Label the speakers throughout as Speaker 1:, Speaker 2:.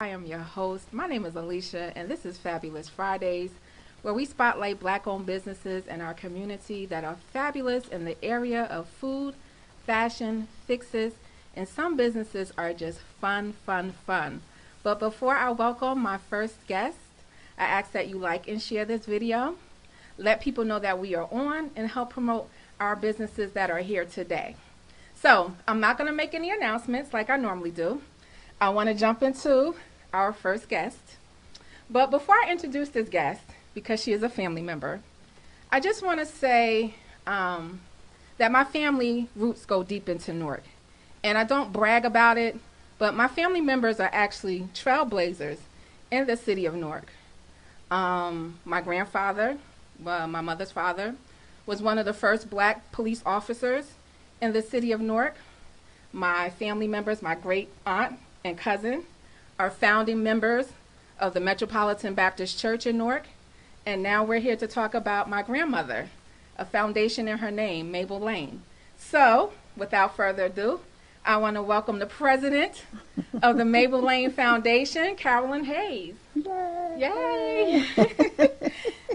Speaker 1: I am your host. My name is Alicia, and this is Fabulous Fridays, where we spotlight black owned businesses in our community that are fabulous in the area of food, fashion, fixes, and some businesses are just fun, fun, fun. But before I welcome my first guest, I ask that you like and share this video, let people know that we are on, and help promote our businesses that are here today. So, I'm not going to make any announcements like I normally do. I want to jump into our first guest. But before I introduce this guest, because she is a family member, I just want to say um, that my family roots go deep into Newark. And I don't brag about it, but my family members are actually trailblazers in the city of Newark. Um, my grandfather, uh, my mother's father, was one of the first black police officers in the city of Newark. My family members, my great aunt and cousin, are founding members of the Metropolitan Baptist Church in Newark. And now we're here to talk about my grandmother, a foundation in her name, Mabel Lane. So, without further ado, I want to welcome the president of the Mabel Lane Foundation, Carolyn Hayes. Yay!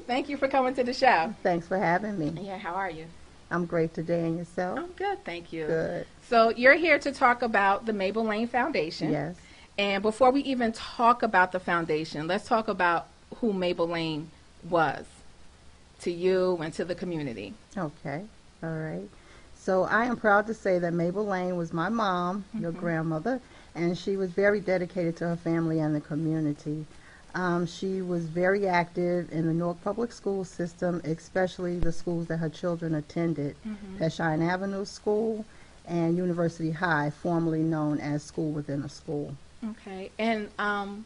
Speaker 1: Thank you for coming to the show.
Speaker 2: Thanks for having me.
Speaker 1: Yeah, how are you?
Speaker 2: I'm great today, and yourself?
Speaker 1: I'm good, thank you.
Speaker 2: Good.
Speaker 1: So, you're here to talk about the Mabel Lane Foundation.
Speaker 2: Yes.
Speaker 1: And before we even talk about the foundation, let's talk about who Mabel Lane was to you and to the community.
Speaker 2: Okay. All right. So I am proud to say that Mabel Lane was my mom, your
Speaker 1: Mm-hmm.
Speaker 2: grandmother, and she was very dedicated to her family and the community. Um, she was very active in the Newark Public School system, especially the schools that her children attended,
Speaker 1: Mm-hmm.
Speaker 2: Peshine Avenue School and University High, formerly known as School Within a School.
Speaker 1: Okay. And um,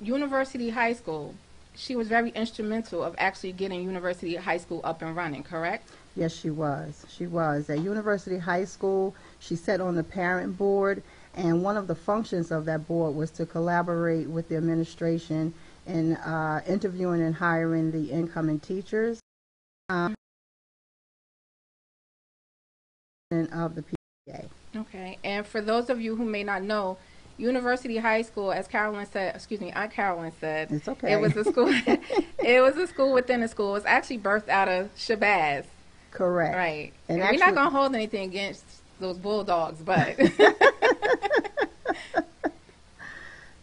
Speaker 1: University High School, she was very instrumental of actually getting University High School up and running, correct?
Speaker 2: Yes, she was. She was. At University High School, she sat on the parent board, and one of the functions of that board was to collaborate with the administration in uh, interviewing and hiring the incoming teachers um, and of the PTA.
Speaker 1: Okay. And for those of you who may not know, University High School, as Carolyn said, excuse me, Aunt Carolyn said,
Speaker 2: It's okay.
Speaker 1: It was a school. it was a school within a school. It was actually birthed out of Shabazz,
Speaker 2: Correct.
Speaker 1: right? And
Speaker 2: And
Speaker 1: we're not
Speaker 2: actually-
Speaker 1: gonna hold anything against those bulldogs, but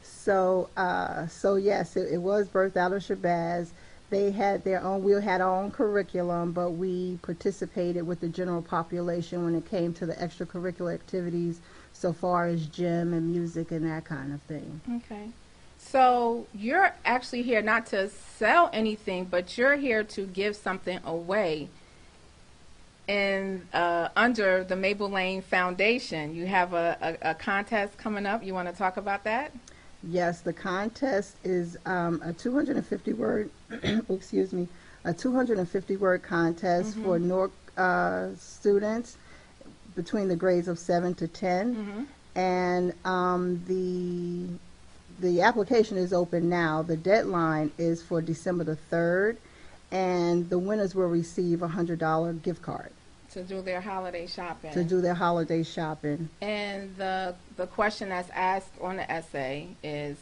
Speaker 2: So, uh, so yes, it, it was birthed out of Shabazz. They had their own, we had our own curriculum, but we participated with the general population when it came to the extracurricular activities, so far as gym and music and that kind of thing.
Speaker 1: okay. So you're actually here not to sell anything, but you're here to give something away. And uh, under the Mabel Lane Foundation, you have a, a, a contest coming up. You want to talk about that?
Speaker 2: Yes, the contest is um, a 250 word, excuse me, a 250 word contest for Newark uh, students between the grades of 7 to 10. And um, the the application is open now. The deadline is for December the 3rd, and the winners will receive a $100 gift card
Speaker 1: To do their holiday shopping.
Speaker 2: to do their holiday shopping.
Speaker 1: And the the question that's asked on the essay is,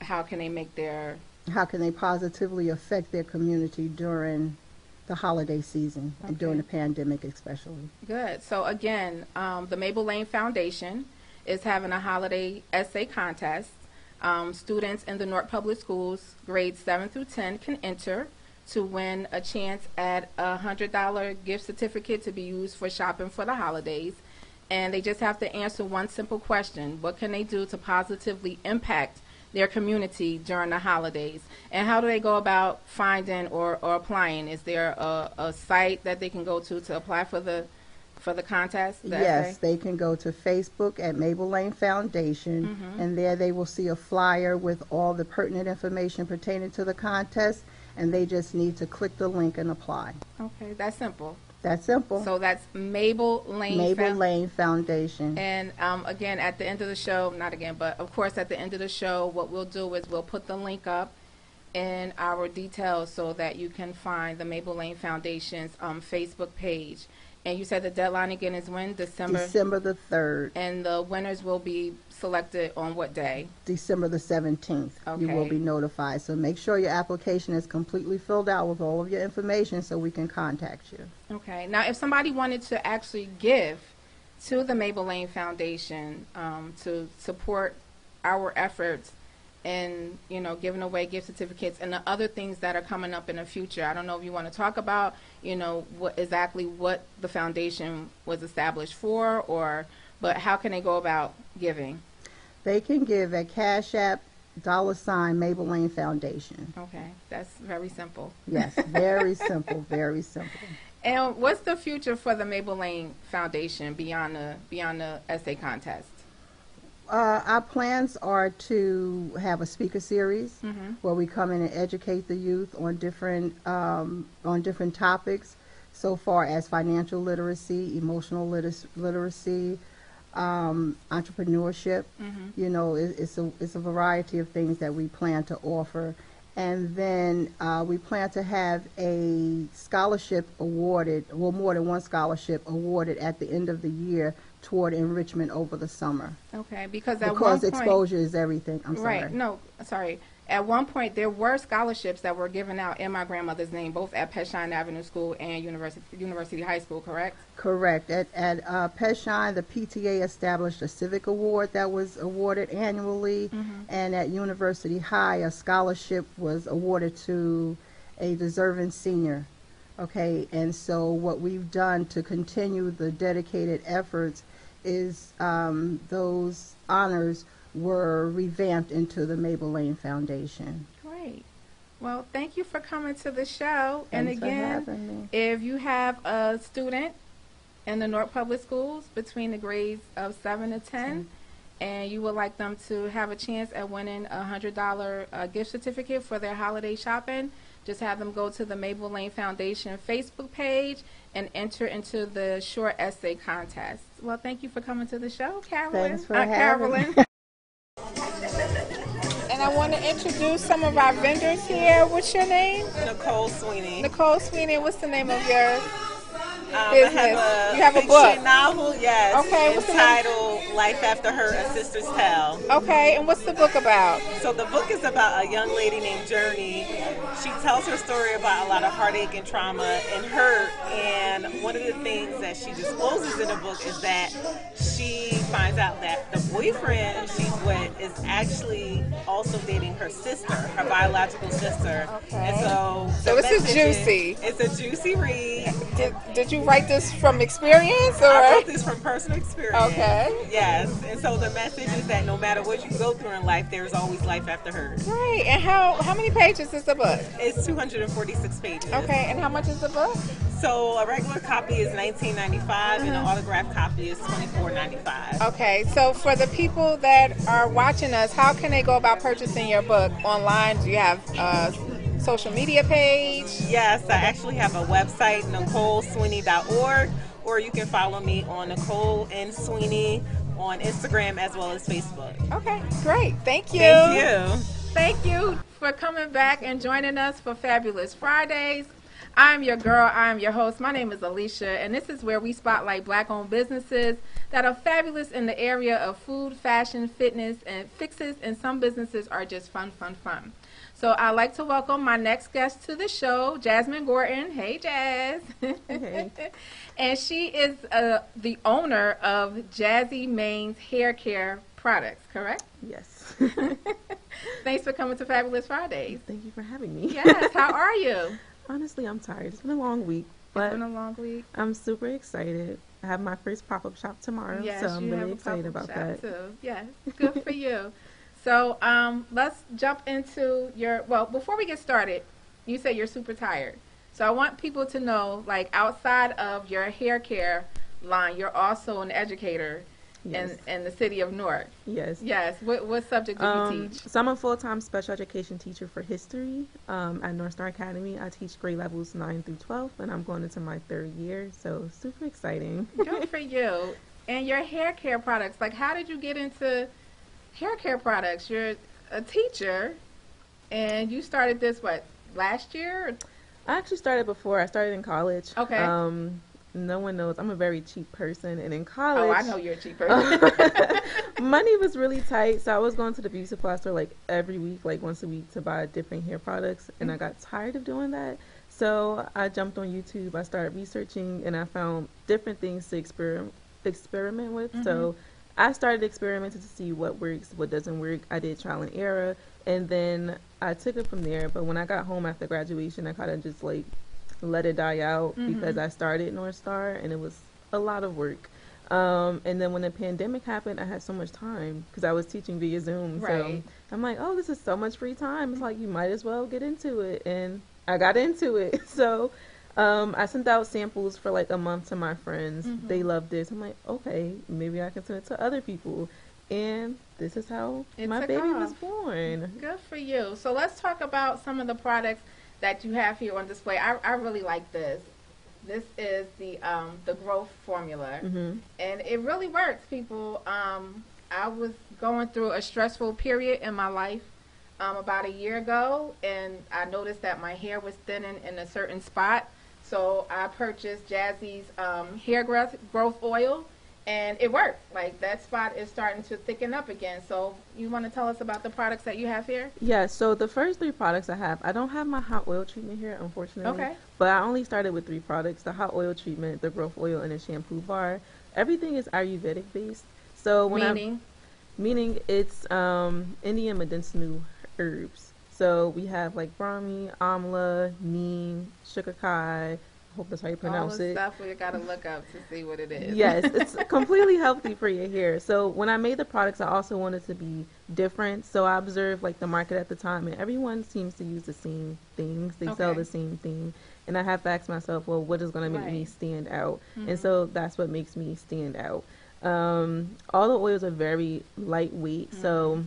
Speaker 1: how can they make their
Speaker 2: how can they positively affect their community during the holiday season and during the
Speaker 1: Okay.
Speaker 2: pandemic especially
Speaker 1: good? So again, um, the Mabel Lane Foundation is having a holiday essay contest. Um, students in the North Public Schools, grades seven through ten, can enter to win a chance at a hundred dollar gift certificate to be used for shopping for the holidays. And they just have to answer one simple question: What can they do to positively impact their community during the holidays? And how do they go about finding or, or applying? Is there a, a site that they can go to to apply for the for the contest? the
Speaker 2: yes
Speaker 1: essay?
Speaker 2: they can go to facebook at mabel lane foundation
Speaker 1: Mm-hmm.
Speaker 2: and there they will see a flyer with all the pertinent information pertaining to the contest and they just need to click the link and apply
Speaker 1: Okay, that's simple.
Speaker 2: that's simple
Speaker 1: So that's Mabel Lane.
Speaker 2: mabel
Speaker 1: Found-
Speaker 2: lane foundation
Speaker 1: And um, again, at the end of the show, not again, but of course, at the end of the show, what we'll do is we'll put the link up in our details so that you can find the Mabel Lane Foundation's um, Facebook page. And you said the deadline again is when? December?
Speaker 2: December the 3rd,
Speaker 1: And the winners will be selected on what day?
Speaker 2: December the 17th. You will
Speaker 1: Okay.
Speaker 2: be notified. So make sure your application is completely filled out with all of your information so we can contact you.
Speaker 1: Okay. Now, if somebody wanted to actually give to the Mabel Lane Foundation um, to support our efforts in, you know, giving away gift certificates and the other things that are coming up in the future, I don't know if you want to talk about, you know, what exactly what the foundation was established for, or but how can they go about giving?
Speaker 2: They can give at Cash App, dollar sign, Mabel Lane Foundation.
Speaker 1: Okay, that's very simple.
Speaker 2: Yes, very simple, very simple.
Speaker 1: And what's the future for the Mabel Lane Foundation beyond the beyond the essay contest?
Speaker 2: Uh, our plans are to have a speaker series where we come in and educate the youth on different um, on different topics, so far as financial literacy, emotional liter- literacy, um, entrepreneurship. You know, it, it's a it's a variety of things that we plan to offer, and then uh, we plan to have a scholarship awarded, well, more than one scholarship awarded at the end of the year toward enrichment over the summer
Speaker 1: Okay, because at
Speaker 2: because
Speaker 1: one point,
Speaker 2: exposure is everything. I'm
Speaker 1: right?
Speaker 2: sorry.
Speaker 1: No, sorry. At one point, there were scholarships that were given out in my grandmother's name, both at Peshine Avenue School and University University High School. Correct?
Speaker 2: Correct. At, at uh, Peshine, the PTA established a civic award that was awarded annually,
Speaker 1: Mm-hmm.
Speaker 2: and at University High, a scholarship was awarded to a deserving senior. Okay, and so what we've done to continue the dedicated efforts is um, those honors were revamped into the Mabel Lane Foundation.
Speaker 1: Great. Well, thank you for coming to the show. and
Speaker 2: Thanks for
Speaker 1: again,
Speaker 2: having me.
Speaker 1: if you have a student in the North Public Schools between the grades of seven to ten, and you would like them to have a chance at winning a hundred dollar uh, gift certificate for their holiday shopping, just have them go to the Mabel Lane Foundation Facebook page and enter into the short essay contest. Well, thank you for coming to the show, Carolyn.
Speaker 2: Thanks for
Speaker 1: Aunt
Speaker 2: having me.
Speaker 1: Carolyn. And I want to introduce some of our vendors here. What's your name?
Speaker 3: Nicole Sweeney.
Speaker 1: Nicole Sweeney, what's the name of your
Speaker 3: Um, I
Speaker 1: business.
Speaker 3: have a
Speaker 1: You have a
Speaker 3: fiction
Speaker 1: book.
Speaker 3: novel, yes.
Speaker 1: Okay, what's the name?
Speaker 3: entitled Life After Her, A Sister's Tale.
Speaker 1: Okay, and what's the book about?
Speaker 3: So the book is about a young lady named Journey. She tells her story about a lot of heartache and trauma and hurt. And one of the things that she discloses in the book is that she finds out that the boyfriend she's with is actually also dating her sister, her biological sister.
Speaker 1: Okay.
Speaker 3: And so,
Speaker 1: So
Speaker 3: the
Speaker 1: this is
Speaker 3: message is-
Speaker 1: juicy.
Speaker 3: It's a juicy read.
Speaker 1: Did, did you write this from experience
Speaker 3: I
Speaker 1: or
Speaker 3: wrote this from personal experience.
Speaker 1: Okay.
Speaker 3: Yes. And so the message is that no matter what you go through in life, there's always life after hurt.
Speaker 1: Great. And how how many pages is the book?
Speaker 3: It's 246 pages.
Speaker 1: Okay, and how much is the book?
Speaker 3: So a regular copy is 19.95 and an autographed copy is 24.95.
Speaker 1: Mm-hmm. Okay, so for the people that are watching us, how can they go about purchasing your book online? Do you have a social media page?
Speaker 3: Yes, I actually have a website, NicoleSweeney.org, or you can follow me on Nicole N Sweeney on Instagram as well as Facebook.
Speaker 1: Okay, great. Thank you.
Speaker 3: Thank you.
Speaker 1: Thank you for coming back and joining us for Fabulous Fridays. I'm your girl, I'm your host. My name is Alicia, and this is where we spotlight black owned businesses that are fabulous in the area of food, fashion, fitness, and fixes, and some businesses are just fun, fun, fun. So I'd like to welcome my next guest to the show, Jasmine Gordon. Hey, Jazz. and she is uh, the owner of Jazzy Main's hair care products, correct?
Speaker 4: Yes.
Speaker 1: Thanks for coming to Fabulous Fridays.
Speaker 4: Thank you for having me.
Speaker 1: Yes, how are you?
Speaker 4: Honestly, I'm tired. It's been a long week, but
Speaker 1: it's been a long week.
Speaker 4: I'm super excited. I have my first pop up shop tomorrow,
Speaker 1: Yes,
Speaker 4: so I'm
Speaker 1: you have
Speaker 4: really
Speaker 1: a
Speaker 4: excited
Speaker 1: pop-up
Speaker 4: about
Speaker 1: shop
Speaker 4: that.
Speaker 1: Too. Yes, good for you. So um, let's jump into your. Well, before we get started, you said you're super tired. So I want people to know, like outside of your hair care line, you're also an educator
Speaker 4: Yes.
Speaker 1: in, in the city of Newark.
Speaker 4: yes.
Speaker 1: Yes. What what subject do you
Speaker 4: Um,
Speaker 1: teach?
Speaker 4: so I'm a full time special education teacher for history um, at North Star Academy. I teach grade levels nine through twelve, and I'm going into my third year, so super exciting.
Speaker 1: Good for you. And your hair care products. Like, how did you get into hair care products? You're a teacher, and you started this what last year?
Speaker 4: I actually started before. I started in college.
Speaker 1: Okay.
Speaker 4: Um, no one knows I'm a very cheap person, and in college,
Speaker 1: Oh, I know you're a cheap person.
Speaker 4: money was really tight, so I was going to the beauty supply store like every week, like once a week, to buy different hair products, and I got tired of doing that. So I jumped on YouTube. I started researching, and I found different things to experiment experiment with. So I started experimenting to see what works, what doesn't work. I did trial and error, and then I took it from there. But when I got home after graduation, I kind of just like let it die out because I started North Star, and it was a lot of work. Um, and then when the pandemic happened, I had so much time because I was teaching via Zoom.
Speaker 1: Right.
Speaker 4: So I'm like, oh, this is so much free time. It's like you might as well get into it, and I got into it. So um, I sent out samples for like a month to my friends.
Speaker 1: Mm-hmm.
Speaker 4: They loved this. I'm like, okay, maybe I can send it to other people. And this is how
Speaker 1: It
Speaker 4: my
Speaker 1: took
Speaker 4: baby was
Speaker 1: off.
Speaker 4: born.
Speaker 1: Good for you. So let's talk about some of the products that you have here on display. I, I really like this. This is the um, the growth formula,
Speaker 4: Mhm.
Speaker 1: and it really works, people. Um, I was going through a stressful period in my life um, about a year ago, and I noticed that my hair was thinning in a certain spot. So I purchased Jazzy's um, hair growth growth oil, and it worked. Like that spot is starting to thicken up again. So you want to tell us about the products that you have here?
Speaker 4: Yeah, so the first three products I have, I don't have my hot oil treatment here, unfortunately.
Speaker 1: Okay.
Speaker 4: But I only started with three products the hot oil treatment, the growth oil, and a shampoo bar. Everything is Ayurvedic based. So when I
Speaker 1: Meaning,
Speaker 4: meaning it's um, Indian medicinal herbs. So we have like Brahmi, Amla, Neem, Shukakai. I hope that's how you
Speaker 1: all
Speaker 4: pronounce
Speaker 1: the
Speaker 4: it.
Speaker 1: stuff we gotta look up to see what it is.
Speaker 4: Yes, it's completely healthy for your hair. So when I made the products, I also wanted to be different. So I observed like the market at the time, and everyone seems to use the same things. They sell
Speaker 1: Okay.
Speaker 4: the same thing, and I have to ask myself, well, what is going to make me
Speaker 1: Right. Mm-hmm.
Speaker 4: stand out? And so that's what makes me stand out. Um, all the oils are very lightweight, so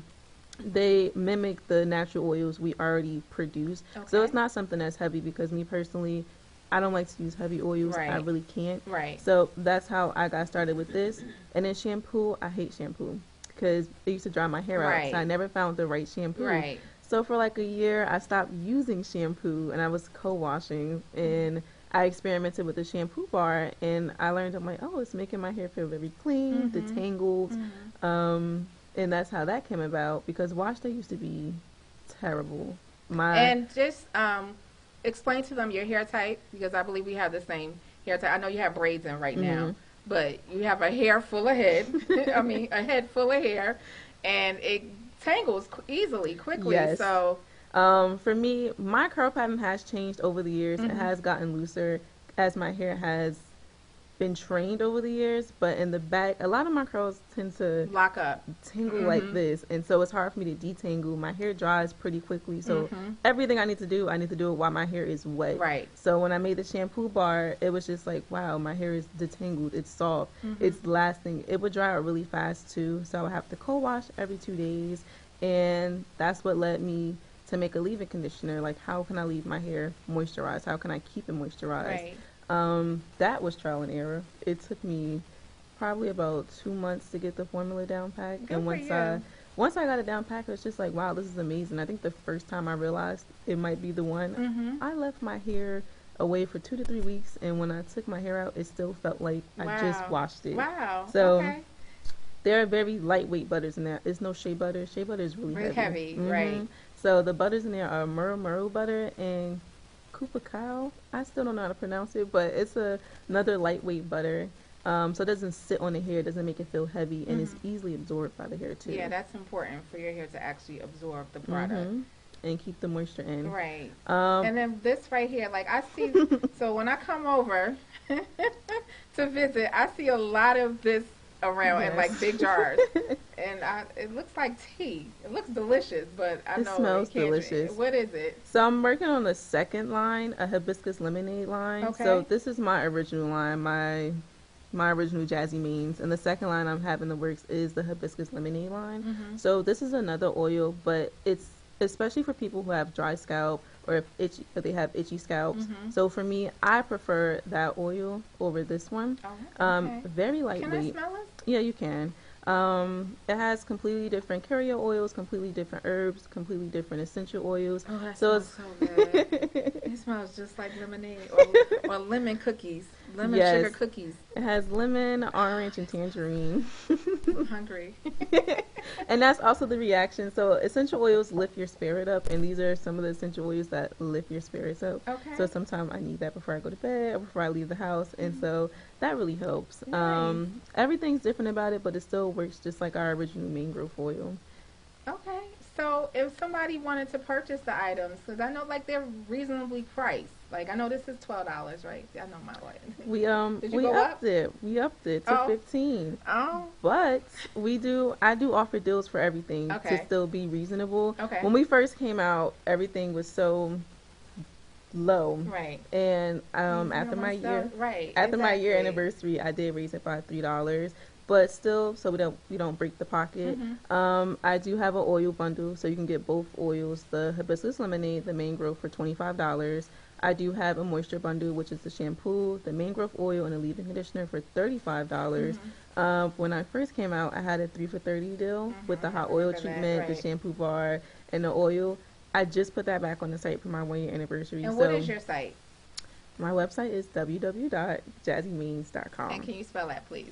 Speaker 1: Mm-hmm.
Speaker 4: they mimic the natural oils we already produce. So
Speaker 1: Okay.
Speaker 4: it's not something that's heavy because me personally, I don't like to use heavy oils. I
Speaker 1: Right.
Speaker 4: really can't.
Speaker 1: Right.
Speaker 4: So that's how I got started with this. And then shampoo, I hate shampoo because it used to dry my hair out.
Speaker 1: Right.
Speaker 4: So I never found the right shampoo.
Speaker 1: Right.
Speaker 4: So for like a year, I stopped using shampoo and I was co-washing and I experimented with the shampoo bar and I learned I'm like, oh, it's making my hair feel very clean,
Speaker 1: Mm-hmm.
Speaker 4: detangled, um, and that's how that came about because wash day used to be terrible. My
Speaker 1: And just um, explain to them your hair type because I believe we have the same hair type. I know you have braids in right
Speaker 4: Mm-hmm.
Speaker 1: now, but you have a hair full of head. I mean, a head full of hair, and it tangles qu- easily, quickly.
Speaker 4: Yes.
Speaker 1: So
Speaker 4: Um, for me, my curl pattern has changed over the years.
Speaker 1: Mm-hmm.
Speaker 4: It has gotten looser as my hair has been trained over the years. But in the back, a lot of my curls tend to
Speaker 1: lock up. Mm-hmm.
Speaker 4: tingle like this, and so it's hard for me to detangle. My hair dries pretty quickly, so everything I need to do, I need to do it while my hair is wet.
Speaker 1: Mm-hmm. Right.
Speaker 4: So when I made the shampoo bar, it was just like, wow, my hair is detangled. It's soft.
Speaker 1: Mm-hmm.
Speaker 4: It's lasting. It would dry out really fast too. So I would have to co-wash every two days, and that's what led me to make a leave-in conditioner. Like, how can I leave my hair moisturized? How can I keep it moisturized?
Speaker 1: Right.
Speaker 4: Um, that was trial and error. It took me probably about two months to get the formula down pat,
Speaker 1: Good for
Speaker 4: and once
Speaker 1: you.
Speaker 4: I once I got it down pat, it was just like, wow, this is amazing. I think the first time I realized it might be the one.
Speaker 1: Mm-hmm.
Speaker 4: I left my hair away for two to three weeks, and when I took my hair out, it still felt like I just
Speaker 1: Wow.
Speaker 4: washed it.
Speaker 1: Wow.
Speaker 4: So,
Speaker 1: okay.
Speaker 4: There are very lightweight butters in there. It's no shea butter. Shea butter is really
Speaker 1: Really
Speaker 4: heavy.
Speaker 1: heavy, right.
Speaker 4: Mhm. So the butters in there are Murro Murro butter and Kupakao. I still don't know how to pronounce it, but it's a, another lightweight butter. Um, so it doesn't sit on the hair, it doesn't make it feel heavy, and it's easily absorbed by the hair too.
Speaker 1: Mm-hmm. Yeah, that's important for your hair to actually absorb the product.
Speaker 4: Mhm. And keep the moisture in.
Speaker 1: Right.
Speaker 4: Um,
Speaker 1: And then this right here, like I see, so when I come over to visit, I see a lot of this around in like big jars, and I, it looks like tea. It looks delicious, but I
Speaker 4: It
Speaker 1: know
Speaker 4: smells
Speaker 1: can't drink-
Speaker 4: delicious.
Speaker 1: What is it?
Speaker 4: So I'm working on the second line, a hibiscus lemonade line. So
Speaker 1: Okay.
Speaker 4: this is my original line, my my original jazzy means, and the second line I'm having the works is the hibiscus lemonade line.
Speaker 1: Mm-hmm.
Speaker 4: So this is another oil, but it's especially for people who have dry scalp or if itchy, if they have itchy scalps.
Speaker 1: Mm-hmm.
Speaker 4: So for me, I prefer that oil over this one.
Speaker 1: Oh,
Speaker 4: Um,
Speaker 1: okay.
Speaker 4: Very lightweight.
Speaker 1: Can I smell it?
Speaker 4: Yeah, you can. Um, it has completely different carrier oils, completely different herbs, completely different essential oils.
Speaker 1: Oh, that
Speaker 4: so
Speaker 1: smells so good. it smells just like lemonade or, or lemon cookies. Lemon
Speaker 4: Yes.
Speaker 1: sugar cookies.
Speaker 4: It has lemon, orange, and tangerine.
Speaker 1: I'm hungry.
Speaker 4: And that's also the reaction. So essential oils lift your spirit up, and these are some of the essential oils that lift your spirits up.
Speaker 1: Okay.
Speaker 4: So sometimes I need that before I go to bed or before I leave the house,
Speaker 1: Mm-hmm.
Speaker 4: and so that really helps. Um, everything's different about it, but it still works just like our original mangrove oil.
Speaker 1: okay. So if somebody wanted to purchase the items, because I know like they're reasonably priced. Like I know this is twelve dollars, right? I know my one.
Speaker 4: We um
Speaker 1: Did you
Speaker 4: we
Speaker 1: go
Speaker 4: upped
Speaker 1: up?
Speaker 4: it. We upped it to
Speaker 1: Oh.
Speaker 4: fifteen.
Speaker 1: Oh,
Speaker 4: But we do, I do offer deals for everything
Speaker 1: Okay.
Speaker 4: to still be reasonable.
Speaker 1: Okay.
Speaker 4: When we first came out, everything was so low.
Speaker 1: right.
Speaker 4: And um,
Speaker 1: You
Speaker 4: after
Speaker 1: know,
Speaker 4: my
Speaker 1: myself-
Speaker 4: year,
Speaker 1: right?
Speaker 4: after my year
Speaker 1: exactly.
Speaker 4: anniversary, I did raise it by three dollars. But still, so we don't we don't break the pocket.
Speaker 1: Mm-hmm.
Speaker 4: Um, I do have an oil bundle, so you can get both oils: the hibiscus lemonade, the mangrove for twenty five dollars. I do have a moisture bundle, which is the shampoo, the mangrove oil, and a leave-in conditioner for thirty-five dollars.
Speaker 1: Mm-hmm.
Speaker 4: Um, when I first came out, I had a three for thirty deal with the
Speaker 1: Mhm, I
Speaker 4: hot oil
Speaker 1: remember that,
Speaker 4: treatment,
Speaker 1: right.
Speaker 4: the shampoo bar, and the oil. I just put that back on the site for my one-year anniversary.
Speaker 1: And
Speaker 4: so
Speaker 1: what is your site?
Speaker 4: my website is
Speaker 1: And
Speaker 4: www.jazzymeans.com.
Speaker 1: can you spell that, please?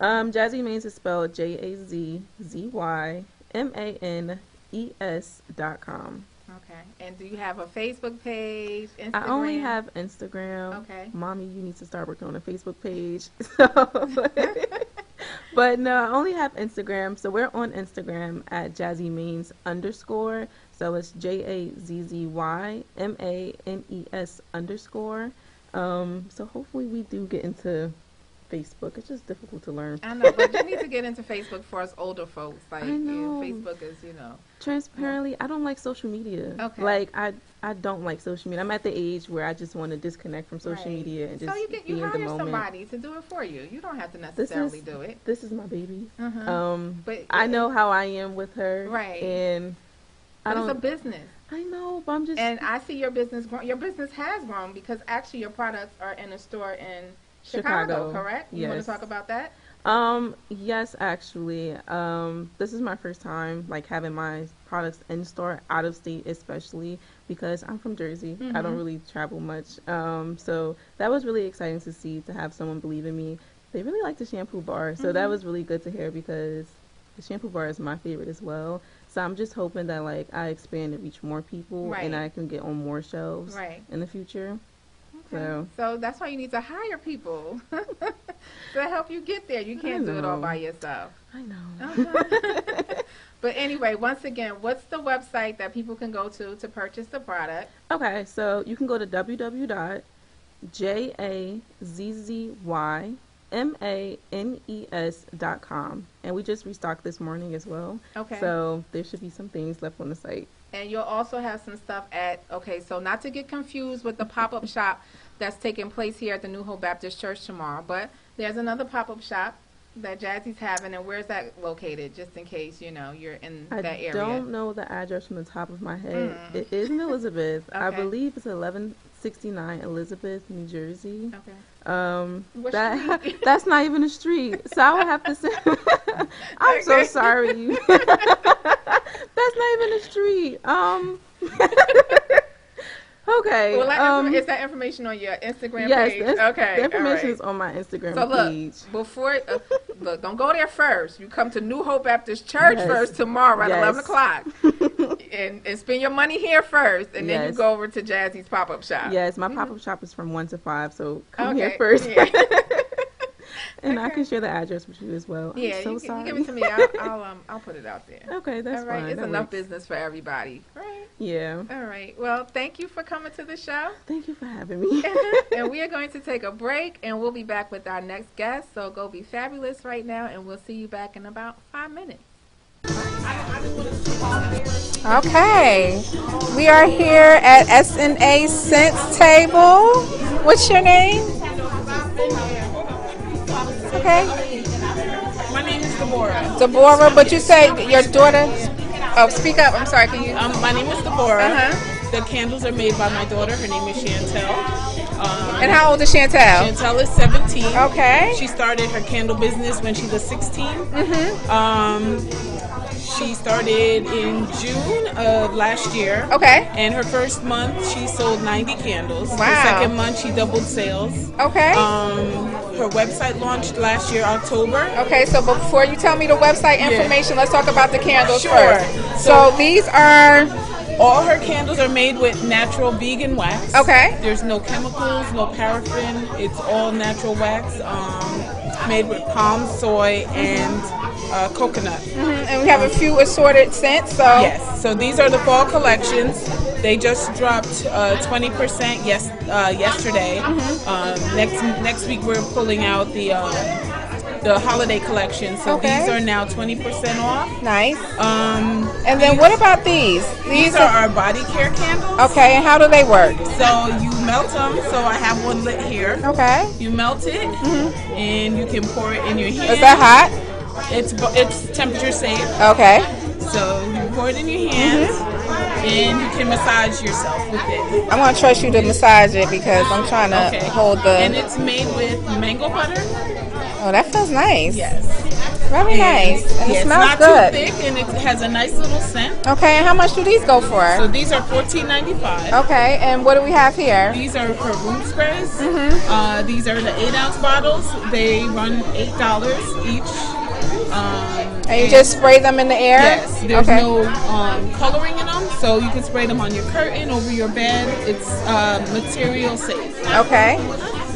Speaker 4: Um, Jazzy Means is spelled J A Z Z Y M A N E S dot com.
Speaker 1: Okay. And do you have a Facebook page? Instagram?
Speaker 4: I only have Instagram.
Speaker 1: Okay.
Speaker 4: Mommy, you need to start working on a Facebook page. So, but no, I only have Instagram. So we're on Instagram at Jazzy Means underscore. So it's J A Z Z Y M A N E S underscore. Um, so hopefully we do get into Facebook. It's just difficult to learn.
Speaker 1: I know, but you need to get into Facebook for us older folks. Like, you
Speaker 4: know.
Speaker 1: Facebook is, you know.
Speaker 4: Transparently, I don't like social media.
Speaker 1: Okay.
Speaker 4: Like I, I don't like social media. I'm at the age where I just want to disconnect from social
Speaker 1: Right.
Speaker 4: media and just
Speaker 1: So you can
Speaker 4: be
Speaker 1: you
Speaker 4: in the
Speaker 1: hire
Speaker 4: moment.
Speaker 1: somebody to do it for you. You don't have to necessarily do it.
Speaker 4: This is my baby.
Speaker 1: Uh-huh.
Speaker 4: Um,
Speaker 1: But-
Speaker 4: I know how I am with her.
Speaker 1: Right.
Speaker 4: And I
Speaker 1: but it's a
Speaker 4: don't.
Speaker 1: business,
Speaker 4: I know, but I'm just.
Speaker 1: and I see your business grow Your business has grown because actually your products are in a store in Chicago,
Speaker 4: Chicago.
Speaker 1: correct? You want to
Speaker 4: Yes.
Speaker 1: talk about that?
Speaker 4: um. Yes, actually. Um. This is my first time like having my products in store out of state, especially because I'm from Jersey. I
Speaker 1: Mm-hmm.
Speaker 4: don't really travel much. Um. So that was really exciting to see to have someone believe in me. They really like the shampoo bar, so
Speaker 1: Mm-hmm.
Speaker 4: that was really good to hear because the shampoo bar is my favorite as well. So I'm just hoping that like I expand and reach more people,
Speaker 1: Right.
Speaker 4: and I can get on more shelves
Speaker 1: Right.
Speaker 4: in the future.
Speaker 1: Okay.
Speaker 4: So
Speaker 1: So that's why you need to hire people to help you get there. You can't do it all
Speaker 4: know.
Speaker 1: by yourself.
Speaker 4: I know.
Speaker 1: Okay. but anyway, once again, what's the website that people can go to to purchase the product?
Speaker 4: Okay, so you can go to e www.jazzymanes.com, and we just restocked this morning as well.
Speaker 1: Okay.
Speaker 4: So there should be some things left on the site.
Speaker 1: And you'll also have some stuff at, okay, so not to get confused with the pop up shop that's taking place here at the New Hope Baptist Church tomorrow, but there's another pop up shop that Jazzy's having, and where's that located, just in case, you know, you're in
Speaker 4: I
Speaker 1: that area? Mm.
Speaker 4: don't know the address from the top of my head. It is in Elizabeth. I
Speaker 1: Okay.
Speaker 4: believe it's 1169 Elizabeth, New Jersey.
Speaker 1: Okay.
Speaker 4: Um,
Speaker 1: What
Speaker 4: that that's not even a street, so I would have to say, I'm so
Speaker 1: Okay.
Speaker 4: sorry. that's not even a street. Um, okay.
Speaker 1: Well, that
Speaker 4: um,
Speaker 1: inform- is that information on your Instagram
Speaker 4: yes,
Speaker 1: page?
Speaker 4: the ins-
Speaker 1: okay.
Speaker 4: The
Speaker 1: all
Speaker 4: information
Speaker 1: right.
Speaker 4: is on my Instagram
Speaker 1: So look,
Speaker 4: page.
Speaker 1: before uh, look, don't go there first. You come to New Hope Baptist Church
Speaker 4: Yes.
Speaker 1: first tomorrow at
Speaker 4: Yes.
Speaker 1: eleven o'clock, and, and spend your money here first, and then you
Speaker 4: Yes.
Speaker 1: go over to Jazzy's pop up shop.
Speaker 4: Yes, my pop-up shop is from one to five, so come
Speaker 1: Mm-hmm. Okay.
Speaker 4: here first,
Speaker 1: Yeah,
Speaker 4: and I
Speaker 1: Okay.
Speaker 4: can share the address with you as well.
Speaker 1: Yeah,
Speaker 4: I'm so
Speaker 1: you, can,
Speaker 4: sorry.
Speaker 1: you give it to me. I'll, I'll um I'll put it out there.
Speaker 4: okay, that's
Speaker 1: All right,
Speaker 4: fine.
Speaker 1: it's
Speaker 4: that
Speaker 1: enough
Speaker 4: works.
Speaker 1: business for everybody. Right.
Speaker 4: Yeah.
Speaker 1: All right. Well, thank you for coming to the show.
Speaker 4: Thank you for having me.
Speaker 1: and we are going to take a break and we'll be back with our next guest. So go be fabulous right now and we'll see you back in about five minutes. Okay, we are here at SNA Sense Table. What's your name? Okay,
Speaker 5: My name is Deborah.
Speaker 1: Deborah, but you say your daughter. Oh, speak up. I'm sorry. Can you?
Speaker 5: Um, my name is Deborah.
Speaker 1: Uh-huh.
Speaker 5: The candles are made by my daughter. Her name is Chantel. Um,
Speaker 1: And how old is Chantel?
Speaker 5: Chantel is 17.
Speaker 1: Okay.
Speaker 5: She started her candle business when she was 16. Mm-hmm. Um, She started in June of last year.
Speaker 1: Okay.
Speaker 5: And her first month, she sold 90 candles.
Speaker 1: Wow.
Speaker 5: Her second month, she doubled sales.
Speaker 1: Okay.
Speaker 5: Um, her website launched last year, October.
Speaker 1: Okay, so before you tell me the website
Speaker 5: Yeah.
Speaker 1: information, let's talk about the candles
Speaker 5: Sure.
Speaker 1: first. So,
Speaker 5: So-
Speaker 1: these are
Speaker 5: All her candles are made with natural vegan wax.
Speaker 1: Okay.
Speaker 5: There's no chemicals, no paraffin. It's all natural wax um, made with palm, soy, and uh, coconut.
Speaker 1: Mm-hmm, and we have a few assorted scents. So
Speaker 5: Yes. So these are the fall collections. They just dropped uh, twenty percent yes uh, yesterday.
Speaker 1: Mm-hmm.
Speaker 5: Um, next next week we're pulling out the um, the holiday collection. So
Speaker 1: Okay.
Speaker 5: these are now twenty percent off.
Speaker 1: nice.
Speaker 5: Um,
Speaker 1: And then what about these?
Speaker 5: these are our body care candles.
Speaker 1: okay. And how do they work?
Speaker 5: So you melt them. So I have one lit here.
Speaker 1: Okay. Mm-hmm.
Speaker 5: You melt it, and you can pour it in your hand.
Speaker 1: Is that hot?
Speaker 5: It's bu- it's temperature safe.
Speaker 1: Okay.
Speaker 5: So you pour it in your hands,
Speaker 1: Mm-hmm.
Speaker 5: and you can massage yourself with it.
Speaker 1: I'm gonna trust you to massage it because I'm trying to
Speaker 5: Okay.
Speaker 1: hold
Speaker 5: And
Speaker 1: the.
Speaker 5: it's made with mango butter.
Speaker 1: Oh, that feels nice.
Speaker 5: Yes.
Speaker 1: Very nice. And
Speaker 5: yeah,
Speaker 1: it smells
Speaker 5: it's not
Speaker 1: good.
Speaker 5: too thick, and it has a nice little scent.
Speaker 1: Okay. And how much do these go for?
Speaker 5: So these are fourteen ninety five.
Speaker 1: okay. And what do we have here?
Speaker 5: These are for room sprays.
Speaker 1: Mm-hmm.
Speaker 5: Uh, these are the eight ounce bottles. They run eight dollars each. Um,
Speaker 1: And you just spray them in the air?
Speaker 5: Yes, there's
Speaker 1: okay.
Speaker 5: no um, coloring in them, so you can spray them on your curtain, over your bed. It's uh, material safe.
Speaker 1: Okay.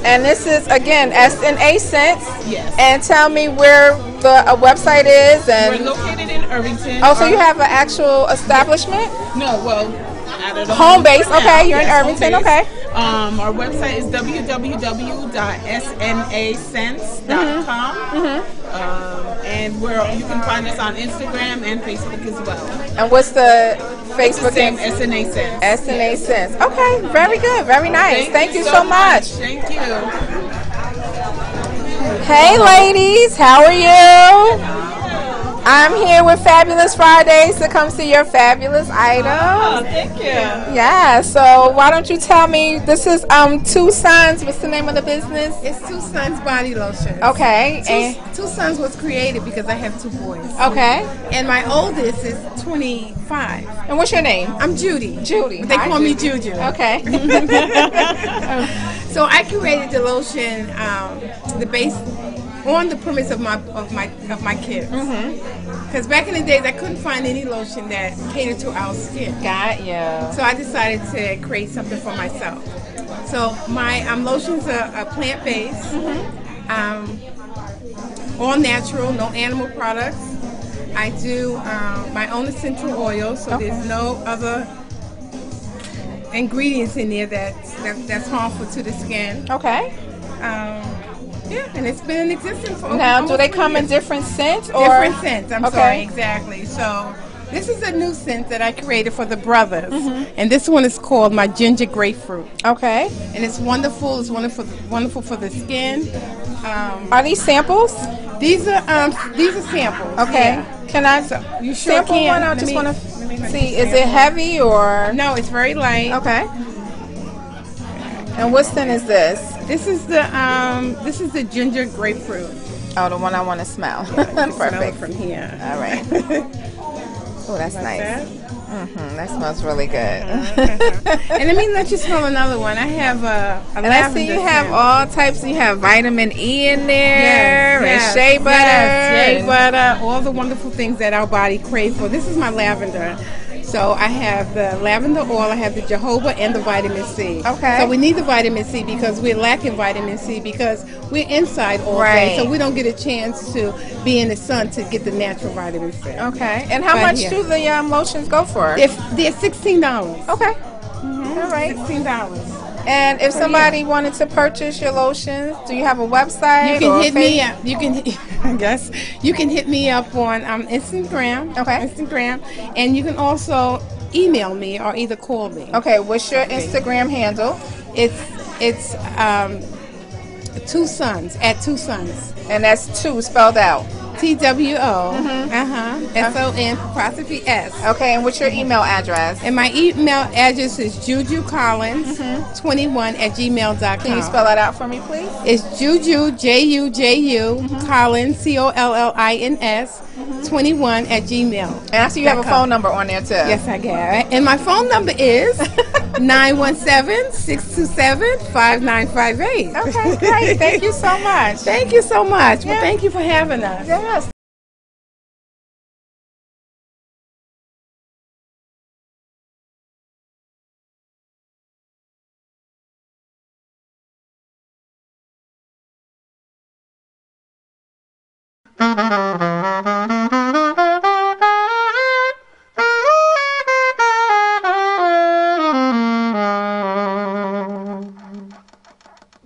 Speaker 1: And this is again S and A cents.
Speaker 5: Yes.
Speaker 1: And tell me where the uh, website is
Speaker 5: We're
Speaker 1: and
Speaker 5: located in Irvington. Um,
Speaker 1: oh, so
Speaker 5: Our-
Speaker 1: you have an actual establishment?
Speaker 5: No, well, not at all.
Speaker 1: Home base,
Speaker 5: For now,
Speaker 1: okay, you're in
Speaker 5: yes,
Speaker 1: Irvington,
Speaker 5: home
Speaker 1: okay.
Speaker 5: base. Um, our website is www.snasense.com.
Speaker 1: Mm-hmm,
Speaker 5: Um, and we're, you can find us on Instagram and Facebook as well.
Speaker 1: And what's the
Speaker 5: It's the
Speaker 1: Facebook
Speaker 5: same
Speaker 1: name?
Speaker 5: SNA Sense.
Speaker 1: S and A cents. Okay. Very good. Very nice. Thank, you, so much.
Speaker 5: Thank you.
Speaker 1: Hey, ladies, how are you? I'm here with Fabulous Fridays to come see your fabulous items.
Speaker 5: thank you.
Speaker 1: Yeah, so why don't you tell me? This is um Two Sons. What's the name of the business?
Speaker 6: It's Two Sons Body Lotion.
Speaker 1: Okay.
Speaker 6: Two,
Speaker 1: And,
Speaker 6: Two Sons was created because I have two boys.
Speaker 1: okay.
Speaker 6: And my oldest is 25.
Speaker 1: And what's your name?
Speaker 6: I'm Judy.
Speaker 1: Judy.
Speaker 6: But They
Speaker 1: Hi,
Speaker 6: call me Juju.
Speaker 1: Okay.
Speaker 6: So I created the lotion, um, the base on the premise of my of my of my kids. Because
Speaker 1: Mm-hmm.
Speaker 6: back in the days, I couldn't find any lotion that catered to our skin.
Speaker 1: Got you.
Speaker 6: So I decided to create something for myself. So my um, lotions are, are plant based,
Speaker 1: Mm-hmm.
Speaker 6: um, all natural, no animal products. I do um, my own essential oil, so there's no other ingredients in there that, that that's harmful to the skin.
Speaker 1: Okay.
Speaker 6: Um, yeah, and it's been in existence for over
Speaker 1: Now, do
Speaker 6: almost
Speaker 1: they
Speaker 6: three
Speaker 1: come in
Speaker 6: years.
Speaker 1: different scents or
Speaker 6: different scents? I'm
Speaker 1: okay.
Speaker 6: sorry, exactly. So this is a new scent that I created for the brothers,
Speaker 1: Mm-hmm.
Speaker 6: and this one is called my ginger grapefruit,
Speaker 1: Okay.
Speaker 6: and it's wonderful. It's wonderful, wonderful for the skin. Um,
Speaker 1: Are these samples?
Speaker 6: these are um, these are samples.
Speaker 1: Okay.
Speaker 6: yeah.
Speaker 1: Can I
Speaker 6: you sure
Speaker 1: sample
Speaker 6: can.
Speaker 1: one? I
Speaker 6: Let
Speaker 1: just
Speaker 6: me-
Speaker 1: want
Speaker 6: let me
Speaker 1: to
Speaker 6: make
Speaker 1: see.
Speaker 6: a
Speaker 1: Is it
Speaker 6: sample.
Speaker 1: heavy or
Speaker 6: No, it's very light.
Speaker 1: Okay. And what scent is this?
Speaker 6: This is the um, this is the ginger grapefruit.
Speaker 1: Oh, the one I want to smell.
Speaker 6: You can smell it
Speaker 1: Perfect.
Speaker 6: from here.
Speaker 1: All right. Oh, that's nice.
Speaker 6: that? Mm-hmm.
Speaker 1: hmm That smells really good.
Speaker 6: and let me let you smell another one. I have a, a
Speaker 1: And I see you have all types. You have vitamin E in there, and shea butter.
Speaker 6: Yes, shea
Speaker 1: and-
Speaker 6: butter, all the wonderful things that our body crave for. This is my lavender. So I have the lavender oil, I have the jojoba, and the vitamin C.
Speaker 1: Okay.
Speaker 6: So we need the vitamin C because we're lacking vitamin C because we're inside all day,
Speaker 1: Right.
Speaker 6: so we don't get a chance to be in the sun to get the natural vitamin C.
Speaker 1: Okay. And how
Speaker 6: Right
Speaker 1: much
Speaker 6: here.
Speaker 1: do the Oh. um, lotions go for?
Speaker 6: If they're sixteen dollars.
Speaker 1: okay. All right.
Speaker 6: Sixteen dollars.
Speaker 1: And if somebody wanted to purchase your lotions, do you have a website?
Speaker 6: You
Speaker 1: or
Speaker 6: can
Speaker 1: a
Speaker 6: hit
Speaker 1: face-
Speaker 6: me up. You can, I guess, you can hit me up on um, Instagram.
Speaker 1: Okay.
Speaker 6: Instagram, and you can also email me or either call me.
Speaker 1: Okay. What's your Instagram handle?
Speaker 6: It's it's um, two sons at two sons.
Speaker 1: And that's two spelled out. Mm-hmm. Uh-huh.
Speaker 6: T W O uh huh S O N apostrophe S.
Speaker 1: Okay. And what's your email address?
Speaker 6: And my email address is jujucollins twenty one at gmail dot com.
Speaker 1: Mm-hmm. Can you spell that out for me, please? Mm-hmm.
Speaker 6: It's Juju J U J U Collins C O L L I N S 21 at gmail.
Speaker 1: And I see you have a
Speaker 6: Dot com.
Speaker 1: phone number on there too.
Speaker 6: Yes, I got it. And my phone number is 917 627 5958.
Speaker 1: Okay, great. Thank you so much.
Speaker 6: Thank you so much. Well, thank you for having us.
Speaker 1: Yes.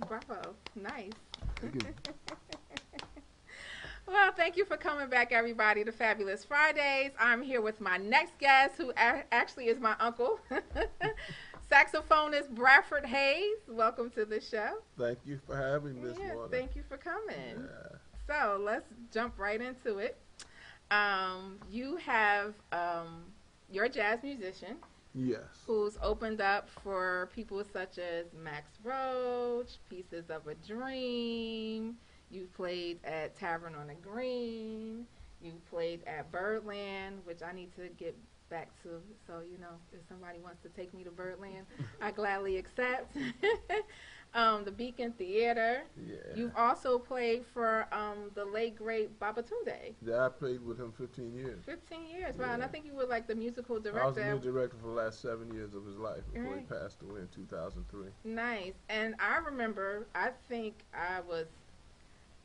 Speaker 1: Bravo. Nice. Well, thank you for coming back, everybody, to Fabulous Fridays. I'm here with my next guest, who a- actually is my uncle, saxophonist Bradford Hayes. Welcome to the show.
Speaker 7: Thank you for having me, Miss
Speaker 1: Yeah,
Speaker 7: Warner.
Speaker 1: thank you for coming. So let's jump right into it. Um, you have um, your jazz musician
Speaker 7: Yes.
Speaker 1: who's opened up for people such as Max Roach, Pieces of a Dream. You played at Tavern on the Green. You played at Birdland, which I need to get back to. So, you know, if somebody wants to take me to Birdland, I gladly accept. um, the Beacon Theater.
Speaker 7: Yeah.
Speaker 1: You've also played for um, the late, great Babatunde.
Speaker 7: Yeah, I played with him 15 years.
Speaker 1: 15 years, wow. And I think you were like the musical
Speaker 7: I was the
Speaker 1: director at
Speaker 7: new director for the last seven years of his life before
Speaker 1: Right.
Speaker 7: he passed away in 2003.
Speaker 1: Nice. And I remember, I think I was,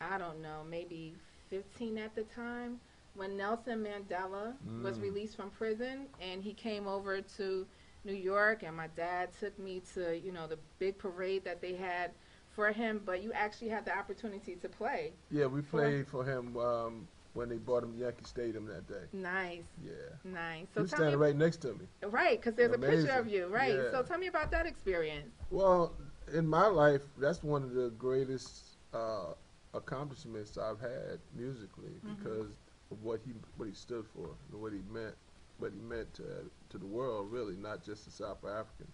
Speaker 1: I don't know, maybe 15 at the time when Nelson Mandela was
Speaker 7: Mm.
Speaker 1: released from prison and he came over to New York and my dad took me to, you know, the big parade that they had for him, but you actually had the opportunity to play.
Speaker 7: Yeah, we played for him um, when they bought him Yankee Stadium that day.
Speaker 1: Nice.
Speaker 7: Yeah.
Speaker 1: Nice.
Speaker 7: he
Speaker 1: So
Speaker 7: was
Speaker 1: tell me,
Speaker 7: standing right next to me.
Speaker 1: right, because there's a picture
Speaker 7: Amazing.
Speaker 1: of you, right?
Speaker 7: Yeah.
Speaker 1: So tell me about that experience.
Speaker 7: Well, in my life, that's one of the greatest uh, accomplishments I've had musically because of what he what he stood for and what he meant, what he meant to to the world, really, not just to South Africans.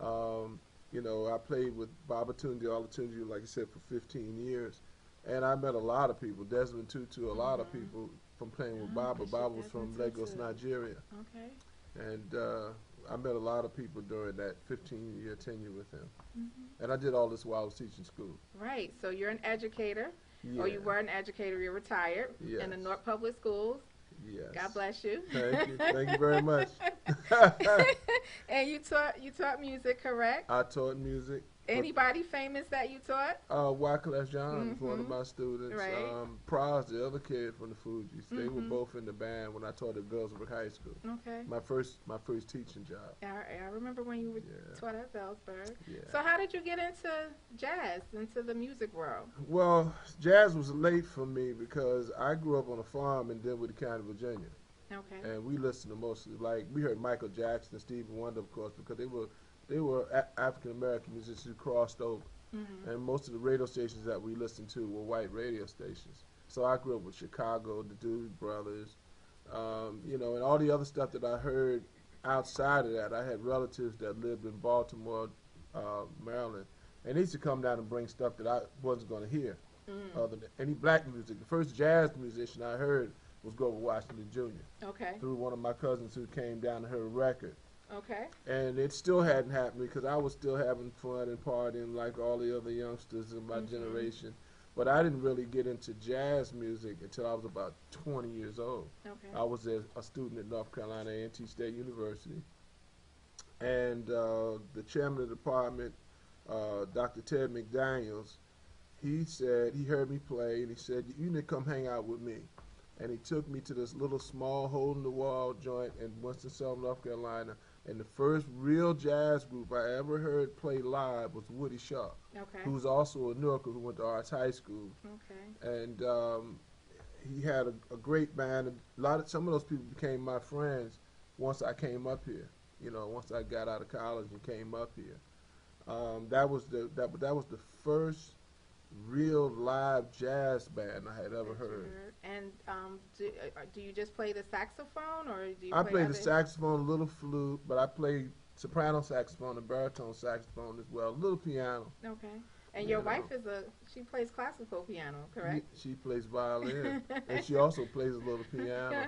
Speaker 7: Um, you know, I played with Baba Tunde, all the Tunde, like I said, for 15 years, and I met a lot of people, Desmond Tutu, a lot of people from playing with Baba. Baba was from Lagos, Nigeria.
Speaker 1: Okay.
Speaker 7: And uh, I met a lot of people during that 15 year tenure with him. And I did all this while I was teaching school.
Speaker 1: Right. So you're an educator.
Speaker 7: Yeah.
Speaker 1: or you were an educator, you're retired in the
Speaker 7: Yes.
Speaker 1: North Public Schools.
Speaker 7: Yes.
Speaker 1: God bless you.
Speaker 7: Thank you. Thank you very much.
Speaker 1: and you taught you taught music, correct?
Speaker 7: I taught music.
Speaker 1: Anybody famous that you taught?
Speaker 7: Uh, Wyclef Jean was one of
Speaker 1: Mhm.
Speaker 7: my students.
Speaker 1: Right.
Speaker 7: Um, Proz, the other kid from the Fugees, they were
Speaker 1: Mhm.
Speaker 7: both in the band when I taught at Bellsbrook High School.
Speaker 1: Okay.
Speaker 7: My first, my first teaching job.
Speaker 1: I, I remember when you were
Speaker 7: Yeah.
Speaker 1: taught at Bellsburg.
Speaker 7: Yeah.
Speaker 1: So how did you get into jazz, into the music world?
Speaker 7: Well, jazz was late for me because I grew up on a farm in Denwood County, Virginia.
Speaker 1: Okay.
Speaker 7: and we listened to mostly like we heard Michael Jackson, Stevie Wonder, of course, because they were they were a- African American musicians who crossed over, and most of the radio stations that we listened to were white radio stations. So I grew up with Chicago, the Doobie Brothers, um, you know, and all the other stuff that I heard outside of that. I had relatives that lived in Baltimore, uh, Maryland, and they used to come down and bring stuff that I wasn't going to hear.
Speaker 1: Mm.
Speaker 7: Other than any black music, the first jazz musician I heard was Grover Washington Jr
Speaker 1: Okay.
Speaker 7: through one of my cousins who came down to her record.
Speaker 1: Okay.
Speaker 7: And it still hadn't happened because I was still having fun and partying like all the other youngsters in my generation. But I didn't really get into jazz music until I was about 20 years old.
Speaker 1: Okay.
Speaker 7: I was a, a student at North Carolina A&T State University, and uh, the chairman of the department, uh, Dr. Ted McDaniel's, he said he heard me play, and he said you need to come hang out with me. And he took me to this little small hole in the wall joint in Winston Salem, North Carolina. And the first real jazz group I ever heard play live was Woody Shaw,
Speaker 1: Okay.
Speaker 7: who's also a Newarker who went to Arts High School
Speaker 1: Okay.
Speaker 7: and um, he had a, a great band. A lot of some of those people became my friends once I came up here. You know, once I got out of college and came up here. Um, that was the that that was the first real live jazz band I had ever
Speaker 1: That you
Speaker 7: heard.
Speaker 1: And um, do, uh, do you just play the saxophone, or do you
Speaker 7: I
Speaker 1: play
Speaker 7: play the
Speaker 1: other-
Speaker 7: saxophone, a little flute, but I play soprano saxophone and baritone saxophone as well, a little piano.
Speaker 1: Okay. And your
Speaker 7: You know.
Speaker 1: wife is a she plays classical piano, correct?
Speaker 7: She plays violin, and she also plays a little piano.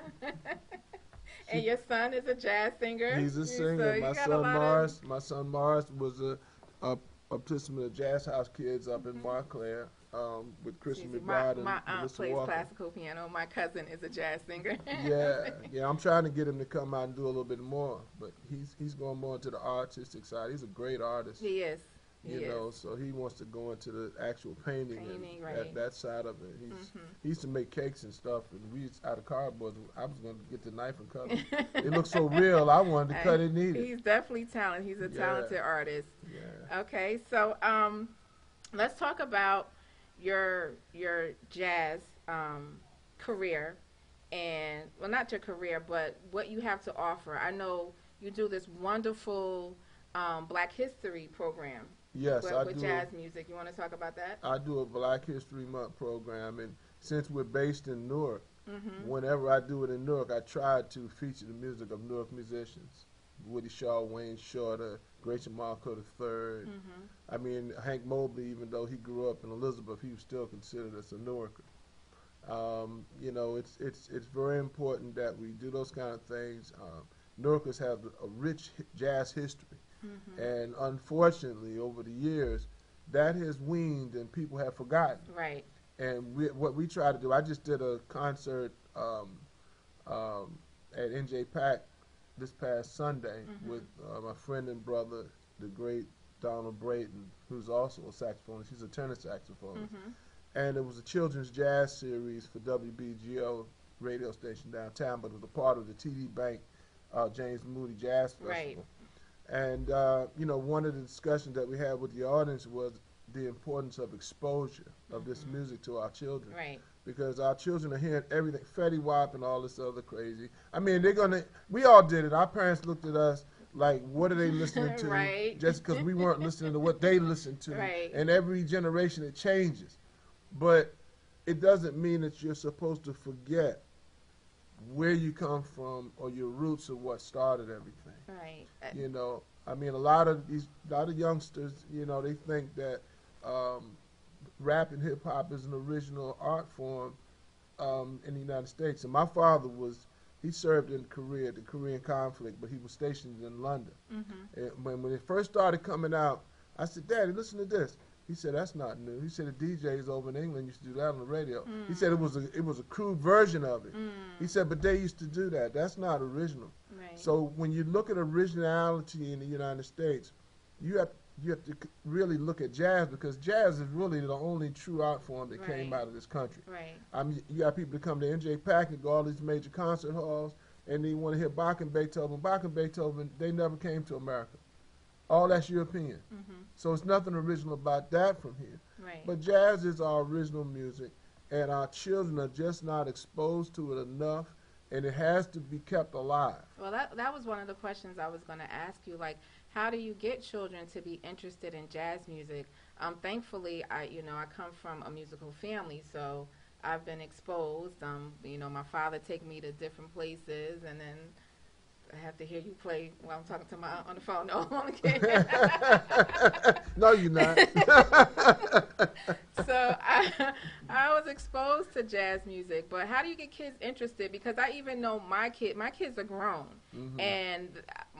Speaker 1: and your son is a jazz singer.
Speaker 7: He's
Speaker 1: You-
Speaker 7: a
Speaker 1: so
Speaker 7: singer.
Speaker 1: you
Speaker 7: my
Speaker 1: got a
Speaker 7: son
Speaker 1: lot of-
Speaker 7: Morris. My son Morris was a, a a participant of Jazz House Kids up
Speaker 1: Mm-hmm.
Speaker 7: in Montclair um, with Christian
Speaker 1: Excuse me,
Speaker 7: McBride and
Speaker 1: my, my
Speaker 7: and
Speaker 1: aunt
Speaker 7: Mr.
Speaker 1: uh, plays
Speaker 7: Walker.
Speaker 1: classical piano. My cousin is a jazz singer.
Speaker 7: yeah, yeah. I'm trying to get him to come out and do a little bit more, but he's he's going more into the artistic side. He's a great artist,
Speaker 1: he is. He
Speaker 7: you
Speaker 1: is.
Speaker 7: know. So he wants to go into the actual painting,
Speaker 1: Painting,
Speaker 7: and
Speaker 1: right.
Speaker 7: that,
Speaker 1: Mm-hmm.
Speaker 7: that side of it. He's he used to make cakes and stuff, and we used, out of cardboard. I was going to get the knife and cut it. it looked so real. I wanted to cut it needed.
Speaker 1: He's definitely talented. He's a
Speaker 7: Yeah.
Speaker 1: talented artist.
Speaker 7: Yeah.
Speaker 1: Okay, so um, let's talk about your your jazz um, career, and well, not your career, but what you have to offer. I know you do this wonderful um, Black History program
Speaker 7: Yes,
Speaker 1: with,
Speaker 7: I
Speaker 1: with
Speaker 7: do.
Speaker 1: jazz music. You want to talk about that?
Speaker 7: I do a Black History Month program, and since we're based in Newark, whenever I do it in Newark, I try to feature the music of Newark musicians: Woody Shaw, Wayne Shorter, Gretchen Marco III. I mean, Hank Mobley, even though he grew up in Elizabeth, he was still considered as a Newarker. Um, you know, it's it's it's very important that we do those kind of things. Um, Newarkers have a rich hi- jazz history, and unfortunately, over the years, that has weaned and people have forgotten.
Speaker 1: Right.
Speaker 7: And we, what we try to do, I just did a concert um, um, at NJ Pack this past Sunday with uh, my friend and brother, the great Donald Brayton, who's also a saxophonist. He's a tenor
Speaker 1: Mm-hmm.
Speaker 7: saxophonist. And it was a children's jazz series for WBGO radio station downtown, but it was a part of the TD Bank uh, James Moody Jazz Festival.
Speaker 1: Right.
Speaker 7: And, uh, you know, one of the discussions that we had with the audience was the importance of exposure of this
Speaker 1: Mm-hmm.
Speaker 7: music to our children
Speaker 1: Right.
Speaker 7: because our children are hearing everything, Fetty Wap and all this other crazy. I mean, they're gonna. We all did it. Our parents looked at us like, "What are they listening to?"
Speaker 1: Right.
Speaker 7: Just because we weren't listening to what they listened to.
Speaker 1: Right.
Speaker 7: And every generation it changes, but it doesn't mean that you're supposed to forget where you come from or your roots or what started everything
Speaker 1: Right. Uh,
Speaker 7: you know i mean a lot of these a lot of youngsters you know they think that um, rap and hip-hop is an original art form um, in the united states and my father was he served in korea the korean conflict but he was stationed in london
Speaker 1: mm-hmm.
Speaker 7: and when, when it first started coming out i said daddy listen to this he said that's not new he said the djs over in england used to do that on the radio he said it was a it was a crude version of it he said but they used to do that that's not original
Speaker 1: Mm. Right.
Speaker 7: so when you look at originality in the United States, you have you have to c- really look at jazz because jazz is really the only true art form that came
Speaker 1: Right.
Speaker 7: out of this country.
Speaker 1: right.
Speaker 7: I mean, you got people that come to NJ Pack and go all these major concert halls, and they want to hear Bach and Beethoven. Bach and Beethoven, they never came to America. All that's European. So it's nothing original about that from here.
Speaker 1: Mm-hmm. Right.
Speaker 7: But jazz is our original music, and our children are just not exposed to it enough, and it has to be kept alive.
Speaker 1: Well, that that was one of the questions I was going to ask you. Like, how do you get children to be interested in jazz music? Um, thankfully, I you know I come from a musical family, so I've been exposed. Um, you know, my father take me to different places, and then I have to hear you play while I'm talking to my aunt on the phone. No, I'm only kidding.
Speaker 7: No, you're not.
Speaker 1: so I, I was exposed to jazz music, but how do you get kids interested? Because I even know my kid, my kids are grown,
Speaker 7: Mm-hmm.
Speaker 1: and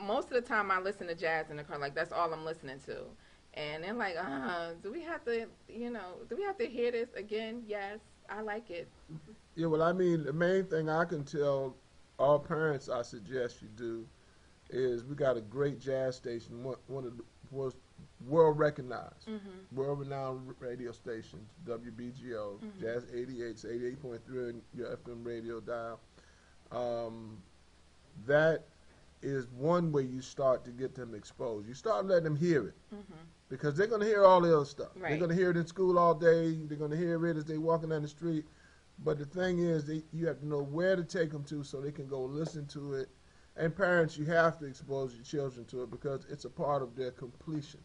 Speaker 1: most of the time I listen to jazz in the car, like that's all I'm listening to. And they're like, uh, do we have to, you know, do we have to hear this again? Yes, I like it.
Speaker 7: yeah, well, I mean, the main thing I can tell all parents I suggest you do is we got a great jazz station, one, one of the world's world recognized, world renowned radio stations, WBGO, Jazz 88, 88.3 in your FM radio dial. Um, that is one way you start to get them exposed. You start letting them hear it.
Speaker 1: Mm-hmm.
Speaker 7: Because they're going to hear all the other stuff. They're
Speaker 1: Right.
Speaker 7: going to hear it in school all day. They're going to hear it as they walking down the street. But the thing is, they, you have to know where to take them to so they can go listen to it. And parents, you have to expose your children to it because it's a part of their completion.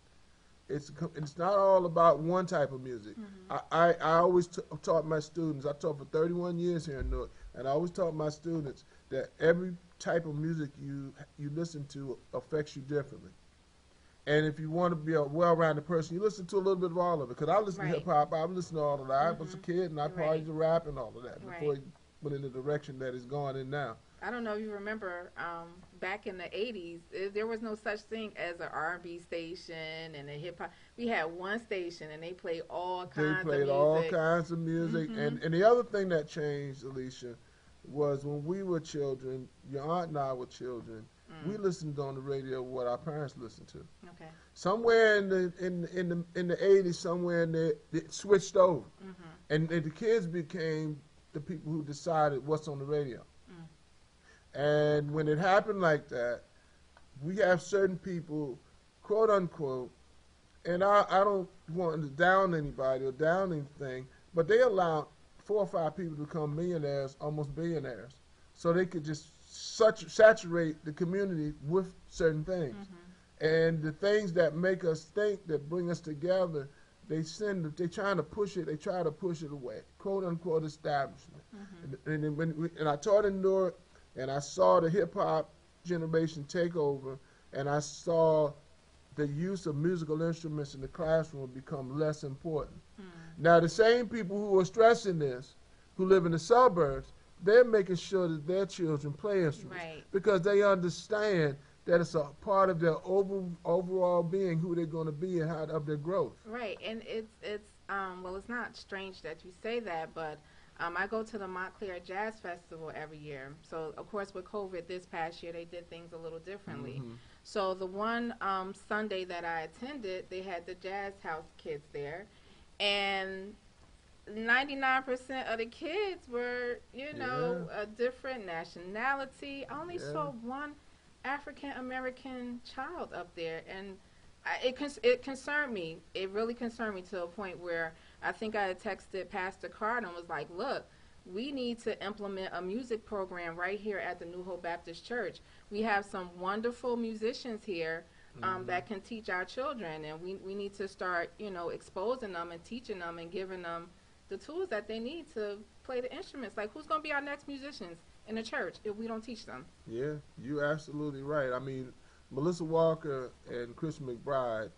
Speaker 7: It's co- it's not all about one type of music. I, I, I always t- taught my students. I taught for 31 years here in Newark, and I always taught my students that every type of music you you listen to affects you differently. And if you want to be a well-rounded person, you listen to a little bit of all of it. Because I listen
Speaker 1: Right. Mm-hmm.
Speaker 7: to hip hop, I listen to all of that. I was a kid, and I probably
Speaker 1: Right.
Speaker 7: used to rap and all of that before
Speaker 1: Right.
Speaker 7: it went in the direction that it's going in now.
Speaker 1: I don't know if you remember um, back in the '80s, eh, there was no such thing as an R&B station and a hip hop. We had one station, and they played all
Speaker 7: They
Speaker 1: kinds
Speaker 7: played
Speaker 1: of music. Mm-hmm.
Speaker 7: all kinds of music, and and the other thing that changed, Alicia, was when we were children. Your aunt and I were children.
Speaker 1: Mm.
Speaker 7: We listened on the radio what our parents listened to.
Speaker 1: Okay.
Speaker 7: Somewhere in the in in the in the eighties, somewhere in there, it switched over,
Speaker 1: Mm-hmm.
Speaker 7: and, and the kids became the people who decided what's on the radio.
Speaker 1: Mm-hmm.
Speaker 7: And when it happened like that, we have certain people, quote unquote, and I, I don't want to down anybody or down anything, but they allowed four or five people to become millionaires, almost billionaires, so they could just such, saturate the community with certain things. And the things that make us think, that bring us together, they send, they trying to push it, they try to push it away, quote unquote establishment. And, and, then when we, and I taught in Newark, and I saw the hip hop generation take over, and I saw the use of musical instruments in the classroom become less important.
Speaker 8: Hmm.
Speaker 7: Now, the same people who are stressing this, who live in the suburbs, they're making sure that their children play instruments
Speaker 1: Right.
Speaker 7: because they understand that it's a part of their over, overall being, who they're going to be, and how of their growth.
Speaker 1: Right, and it's it's um well, it's not strange that you say that, but um, I go to the Montclair Jazz Festival every year. So of course, with COVID this past year, they did things a little differently.
Speaker 6: Mm-hmm.
Speaker 1: So the one um, Sunday that I attended, they had the Jazz House kids there, and 99% of the kids were, you know, a different nationality. I only
Speaker 7: Yeah.
Speaker 1: saw one African American child up there, and I, it cons- it concerned me. It really concerned me to a point where I think I had texted Pastor Card and was like, "Look, we need to implement a music program right here at the New Hope Baptist Church. We have some wonderful musicians here." Um, That can teach our children, and we, we need to start, you know, exposing them and teaching them and giving them the tools that they need to play the instruments. Like, who's going to be our next musicians in the church if we don't teach them?
Speaker 7: Yeah, you're absolutely right. I mean, Melissa Walker and Chris McBride,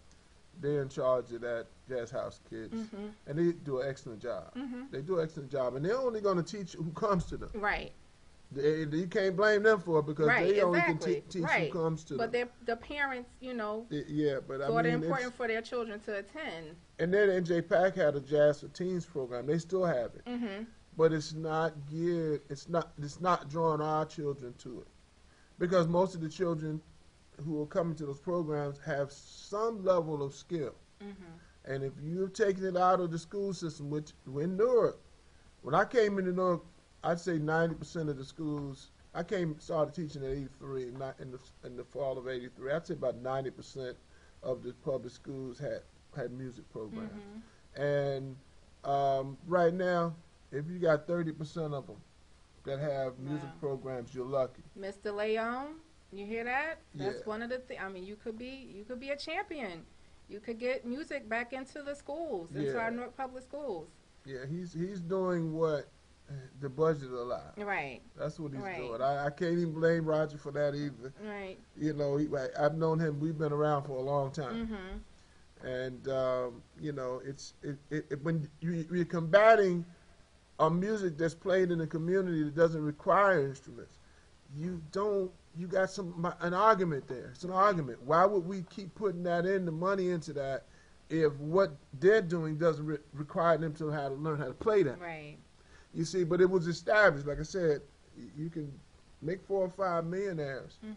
Speaker 7: they're in charge of that Jazz House Kids,
Speaker 1: Mm-hmm.
Speaker 7: and they do an excellent job. They do an excellent job, and they're only going to teach who comes to them.
Speaker 1: Right.
Speaker 7: They, you can't blame them for it because
Speaker 1: Mm-hmm. Right,
Speaker 7: they only can
Speaker 1: exactly.
Speaker 7: te- teach
Speaker 1: Right.
Speaker 7: who comes to
Speaker 1: But
Speaker 7: them.
Speaker 1: they're, the parents, you know,
Speaker 7: Y- yeah, but I
Speaker 1: thought it
Speaker 7: mean, it's-
Speaker 1: important for their children to attend.
Speaker 7: and then NJ Pack had a Jazz for Teens program. They still have it,
Speaker 1: Mm-hmm.
Speaker 7: but it's not geared. It's not. It's not drawing our children to it, because most of the children who are coming to those programs have some level of skill.
Speaker 1: Mm-hmm.
Speaker 7: And if you've taken it out of the school system, which when Newark, when I came into Newark, I'd say 90% of the schools, I came, started teaching in 83, not in the, in the fall of 83. I'd say about 90% of the public schools had, had music programs. And um, right now, if you got 30% of them that have music
Speaker 1: Wow.
Speaker 7: programs, you're lucky.
Speaker 1: Mr. Leon, you hear that? That's
Speaker 7: Yeah.
Speaker 1: one of the things. I mean, you could be you could be a champion. You could get music back into the schools, into
Speaker 7: Yeah.
Speaker 1: our Newark public schools.
Speaker 7: Yeah, he's, he's doing what the budget allows.
Speaker 1: Right.
Speaker 7: That's what he's
Speaker 1: Right.
Speaker 7: doing. I, I can't even blame Roger for that either.
Speaker 1: Right.
Speaker 7: you know, he, I- I've known him. We've been around for a long time,
Speaker 1: Mm-hmm.
Speaker 7: and um, you know, it's it, it, it- when you, you're combating a music that's played in a community that doesn't require instruments. You don't. You got some an argument there. It's an argument. Why would we keep putting that in the money into that if what they're doing doesn't re- require them to how to learn how to play that?
Speaker 1: Right.
Speaker 7: You see, but it was established. Like I said, y- you can make four or five millionaires
Speaker 1: Mm-hmm.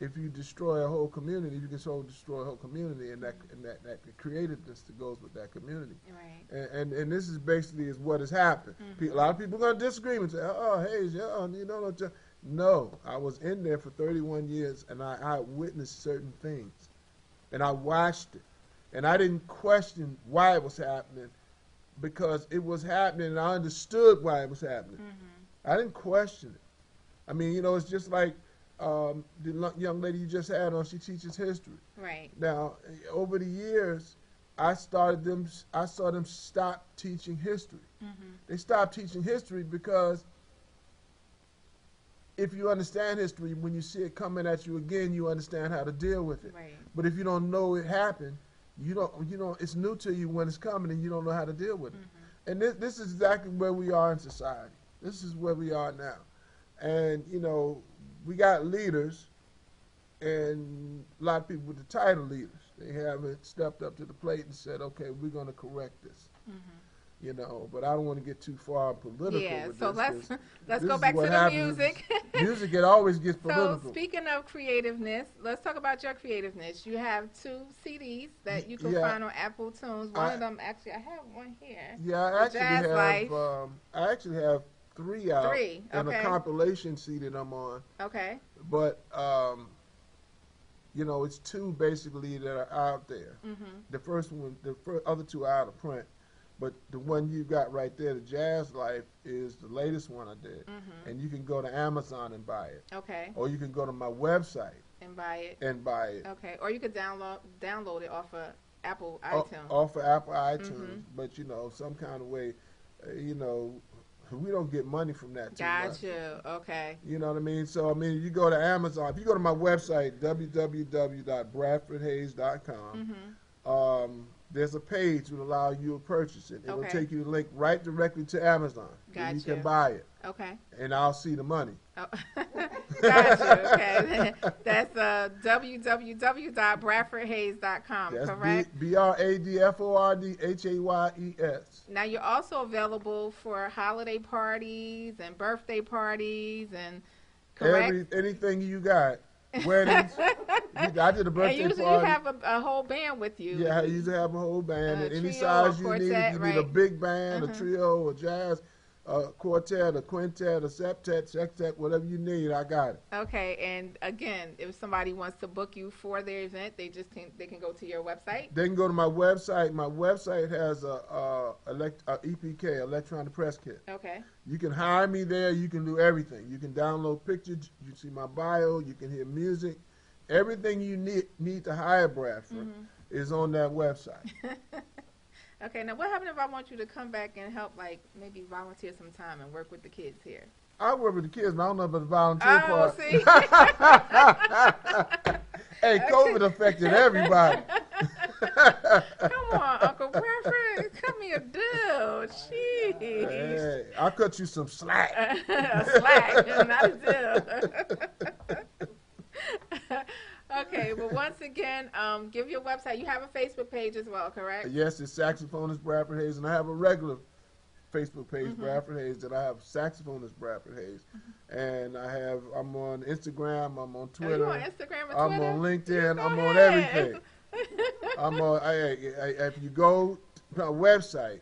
Speaker 7: if you destroy a whole community. You can so destroy a whole community, and that and that, that the creativeness that goes with that community.
Speaker 1: Right.
Speaker 7: And and, and this is basically is what has happened. Pe- a lot of people are gonna disagree and say, "Oh, hey, yeah, you know." don't you-" No, I was in there for 31 years, and I, I witnessed certain things, and I watched it, and I didn't question why it was happening because it was happening and I understood why it was happening.
Speaker 1: Mm-hmm.
Speaker 7: I didn't question it. I mean, you know, it's just like um, the lo- young lady you just had on, she teaches history.
Speaker 1: Right.
Speaker 7: Now, eh, over the years, I started them, s- I saw them stop
Speaker 1: Mm-hmm.
Speaker 7: teaching history. They stopped teaching history because if you understand history, when you see it coming at you again, you understand how to deal with it.
Speaker 1: Right.
Speaker 7: But if you don't know it happened, you don't you know it's new to you when it's coming, and you don't know how to deal with it. And this this is exactly where we are in society. This is where we are now, and you know we got leaders, and a lot of people with the title leaders. They haven't stepped up to the plate and said, okay, we're going to correct this. You know, but I don't want to get too far political.
Speaker 1: Yeah,
Speaker 7: with
Speaker 1: so
Speaker 7: this
Speaker 1: let's
Speaker 7: 'cause
Speaker 1: let's
Speaker 7: this
Speaker 1: go
Speaker 7: is
Speaker 1: back to
Speaker 7: what
Speaker 1: the
Speaker 7: happens is
Speaker 1: music.
Speaker 7: music it always gets
Speaker 1: so
Speaker 7: political.
Speaker 1: speaking of creativeness, let's talk about your creativeness. You have two CDs that you can
Speaker 7: Yeah.
Speaker 1: find on Apple Tunes. One
Speaker 7: I-
Speaker 1: of them actually, I have one here.
Speaker 7: yeah, I
Speaker 1: the
Speaker 7: actually
Speaker 1: jazz life.
Speaker 7: have um, I actually have three out
Speaker 1: Three,
Speaker 7: and
Speaker 1: okay.
Speaker 7: a compilation CD that I'm on,
Speaker 1: Okay,
Speaker 7: but um, you know it's two basically that are out there.
Speaker 1: Mhm.
Speaker 7: The first one, the fir- other two are out of print, but the one you got right there, the Jazz Life, is the latest one I did, and you can go to Amazon and buy it,
Speaker 1: Mm-hmm. okay,
Speaker 7: or Oh, you can go to my website
Speaker 1: and buy it.
Speaker 7: and buy it.
Speaker 1: Okay, or you could download download it off of Apple
Speaker 7: o-
Speaker 1: iTunes. Mm-hmm.
Speaker 7: off of Apple iTunes, but you know, some kind of way, uh, you know, we don't get money from that. Too much.
Speaker 1: Gotcha. Okay.
Speaker 7: You know what I mean? So I mean, you go to Amazon. If you go to my website www.bradfordhayes.com,
Speaker 1: Mm-hmm.
Speaker 7: um, there's a page will allow you to purchase it. It will
Speaker 1: Okay.
Speaker 7: take you to link right directly to Amazon. and You
Speaker 1: Gotcha.
Speaker 7: can buy it,
Speaker 1: Okay.
Speaker 7: and I'll see the money.
Speaker 1: Oh. gotcha. Okay. That's uh, www.bradfordhayes.com,
Speaker 7: That's
Speaker 1: Um, correct?
Speaker 7: B R A D F O R D H A Y E S.
Speaker 1: Now you're also available for holiday parties and birthday parties and correct.
Speaker 7: Every anything you got, weddings. you- I did a
Speaker 1: and
Speaker 7: birthday
Speaker 1: usually you
Speaker 7: party.
Speaker 1: have a, a whole band with you.
Speaker 7: Yeah, I used to have a whole band,
Speaker 1: Uh,
Speaker 7: and any
Speaker 1: trio,
Speaker 7: size you need.
Speaker 1: quartet,
Speaker 7: You need a
Speaker 1: right. Mm-hmm.
Speaker 7: big band, a trio, a jazz, a quartet, a quintet, a septet, sextet, whatever you need, I got it.
Speaker 1: Okay. And again, if somebody wants to book you for their event, they just can they can go to your website.
Speaker 7: They can go to my website. My website has a, a, elect, a EPK, electronic press kit.
Speaker 1: Okay.
Speaker 7: You can hire me there. You can do everything. You can download pictures. You see my bio. You can hear music. Everything you need need to hire Bradford is on that website.
Speaker 1: Okay. Now what happens if I want you to come back and help, like maybe volunteer some time and work with the kids here?
Speaker 7: I work with the kids, but I don't know about the volunteer
Speaker 1: Oh,
Speaker 7: part.
Speaker 1: see.
Speaker 7: Hey, COVID affected everybody.
Speaker 1: Come on, Uncle Bradford. Come here, dude. Jeez.
Speaker 7: Hey, I cut you some slack.
Speaker 1: Slack, not a dude. okay, well, once again, um, give your website. You have a Facebook page as well, correct?
Speaker 7: Yes, it's saxophonist Bradford Hayes, and I have a regular Facebook page,
Speaker 1: Mm-hmm.
Speaker 7: Bradford Hayes, that I have saxophonist Bradford Hayes, and I have I'm on Instagram, I'm on
Speaker 1: Are you
Speaker 7: Twitter,
Speaker 1: on Instagram and
Speaker 7: I'm
Speaker 1: Twitter?
Speaker 7: on LinkedIn,
Speaker 1: Go
Speaker 7: I'm on
Speaker 1: ahead.
Speaker 7: everything. I'm on. I, I, I, if you go to my website,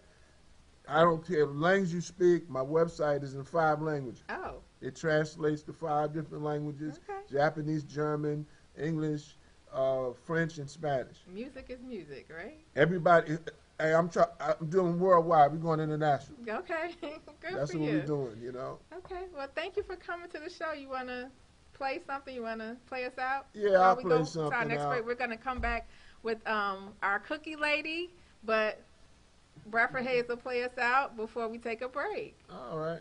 Speaker 7: I don't care the language you speak. My website is in five languages.
Speaker 1: Oh,
Speaker 7: It translates to five different languages:
Speaker 1: Okay.
Speaker 7: Japanese, German, English, uh, French, and Spanish.
Speaker 1: music is music, right?
Speaker 7: Everybody, hey, I'm try, I'm doing worldwide. We're going international.
Speaker 1: Okay, good
Speaker 7: That's
Speaker 1: for
Speaker 7: what
Speaker 1: you.
Speaker 7: we're doing. You know.
Speaker 1: Okay, well, thank you for coming to the show. You want to play something? You want to play us out?
Speaker 7: Yeah,
Speaker 1: While
Speaker 7: I'll
Speaker 1: we
Speaker 7: play
Speaker 1: go To our
Speaker 7: something
Speaker 1: next
Speaker 7: out.
Speaker 1: break, we're going to come back with um, our cookie lady, but Bradford Hayes will play us out before we take a break.
Speaker 7: All right.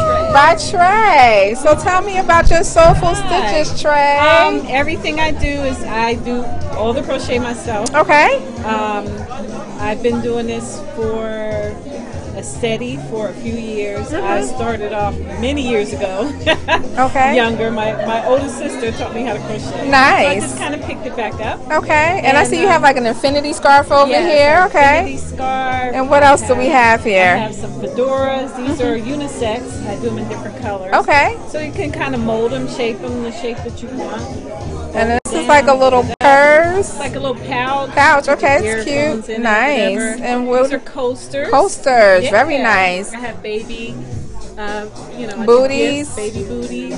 Speaker 5: By Trey. So tell me about your Soulful Stitches, Trey.
Speaker 9: Um, everything I do is I do all the crochet myself.
Speaker 5: okay.
Speaker 9: Um, I've been doing this for a steady for a few years. I started off many years ago.
Speaker 5: Mm-hmm. Okay.
Speaker 9: Younger. My, my older sister taught me how to crochet. So I
Speaker 5: Nice.
Speaker 9: just kind of picked it back up.
Speaker 5: Okay. And, I
Speaker 9: And,
Speaker 5: see you have
Speaker 9: um,
Speaker 5: like an infinity scarf over here. Okay.
Speaker 9: Infinity Scarf.
Speaker 5: And what else do we have
Speaker 9: I
Speaker 5: here? Mm-hmm.
Speaker 9: have some fedoras. These are unisex. I do them in different colors.
Speaker 5: Okay.
Speaker 9: So you can kind of mold them, shape them the shape that you want.
Speaker 5: And this is like a little purse.
Speaker 9: It's like a little pouch.
Speaker 5: Pouch. Okay. It's
Speaker 9: earphones
Speaker 5: cute.
Speaker 9: in it,
Speaker 5: Nice.
Speaker 9: whatever.
Speaker 5: And
Speaker 9: those
Speaker 5: we'll
Speaker 9: are coasters.
Speaker 5: coasters. Very
Speaker 9: Yeah.
Speaker 5: nice.
Speaker 9: I have baby Uh, you know, I do
Speaker 1: Booties. Mm-hmm.
Speaker 9: gifts, baby booties,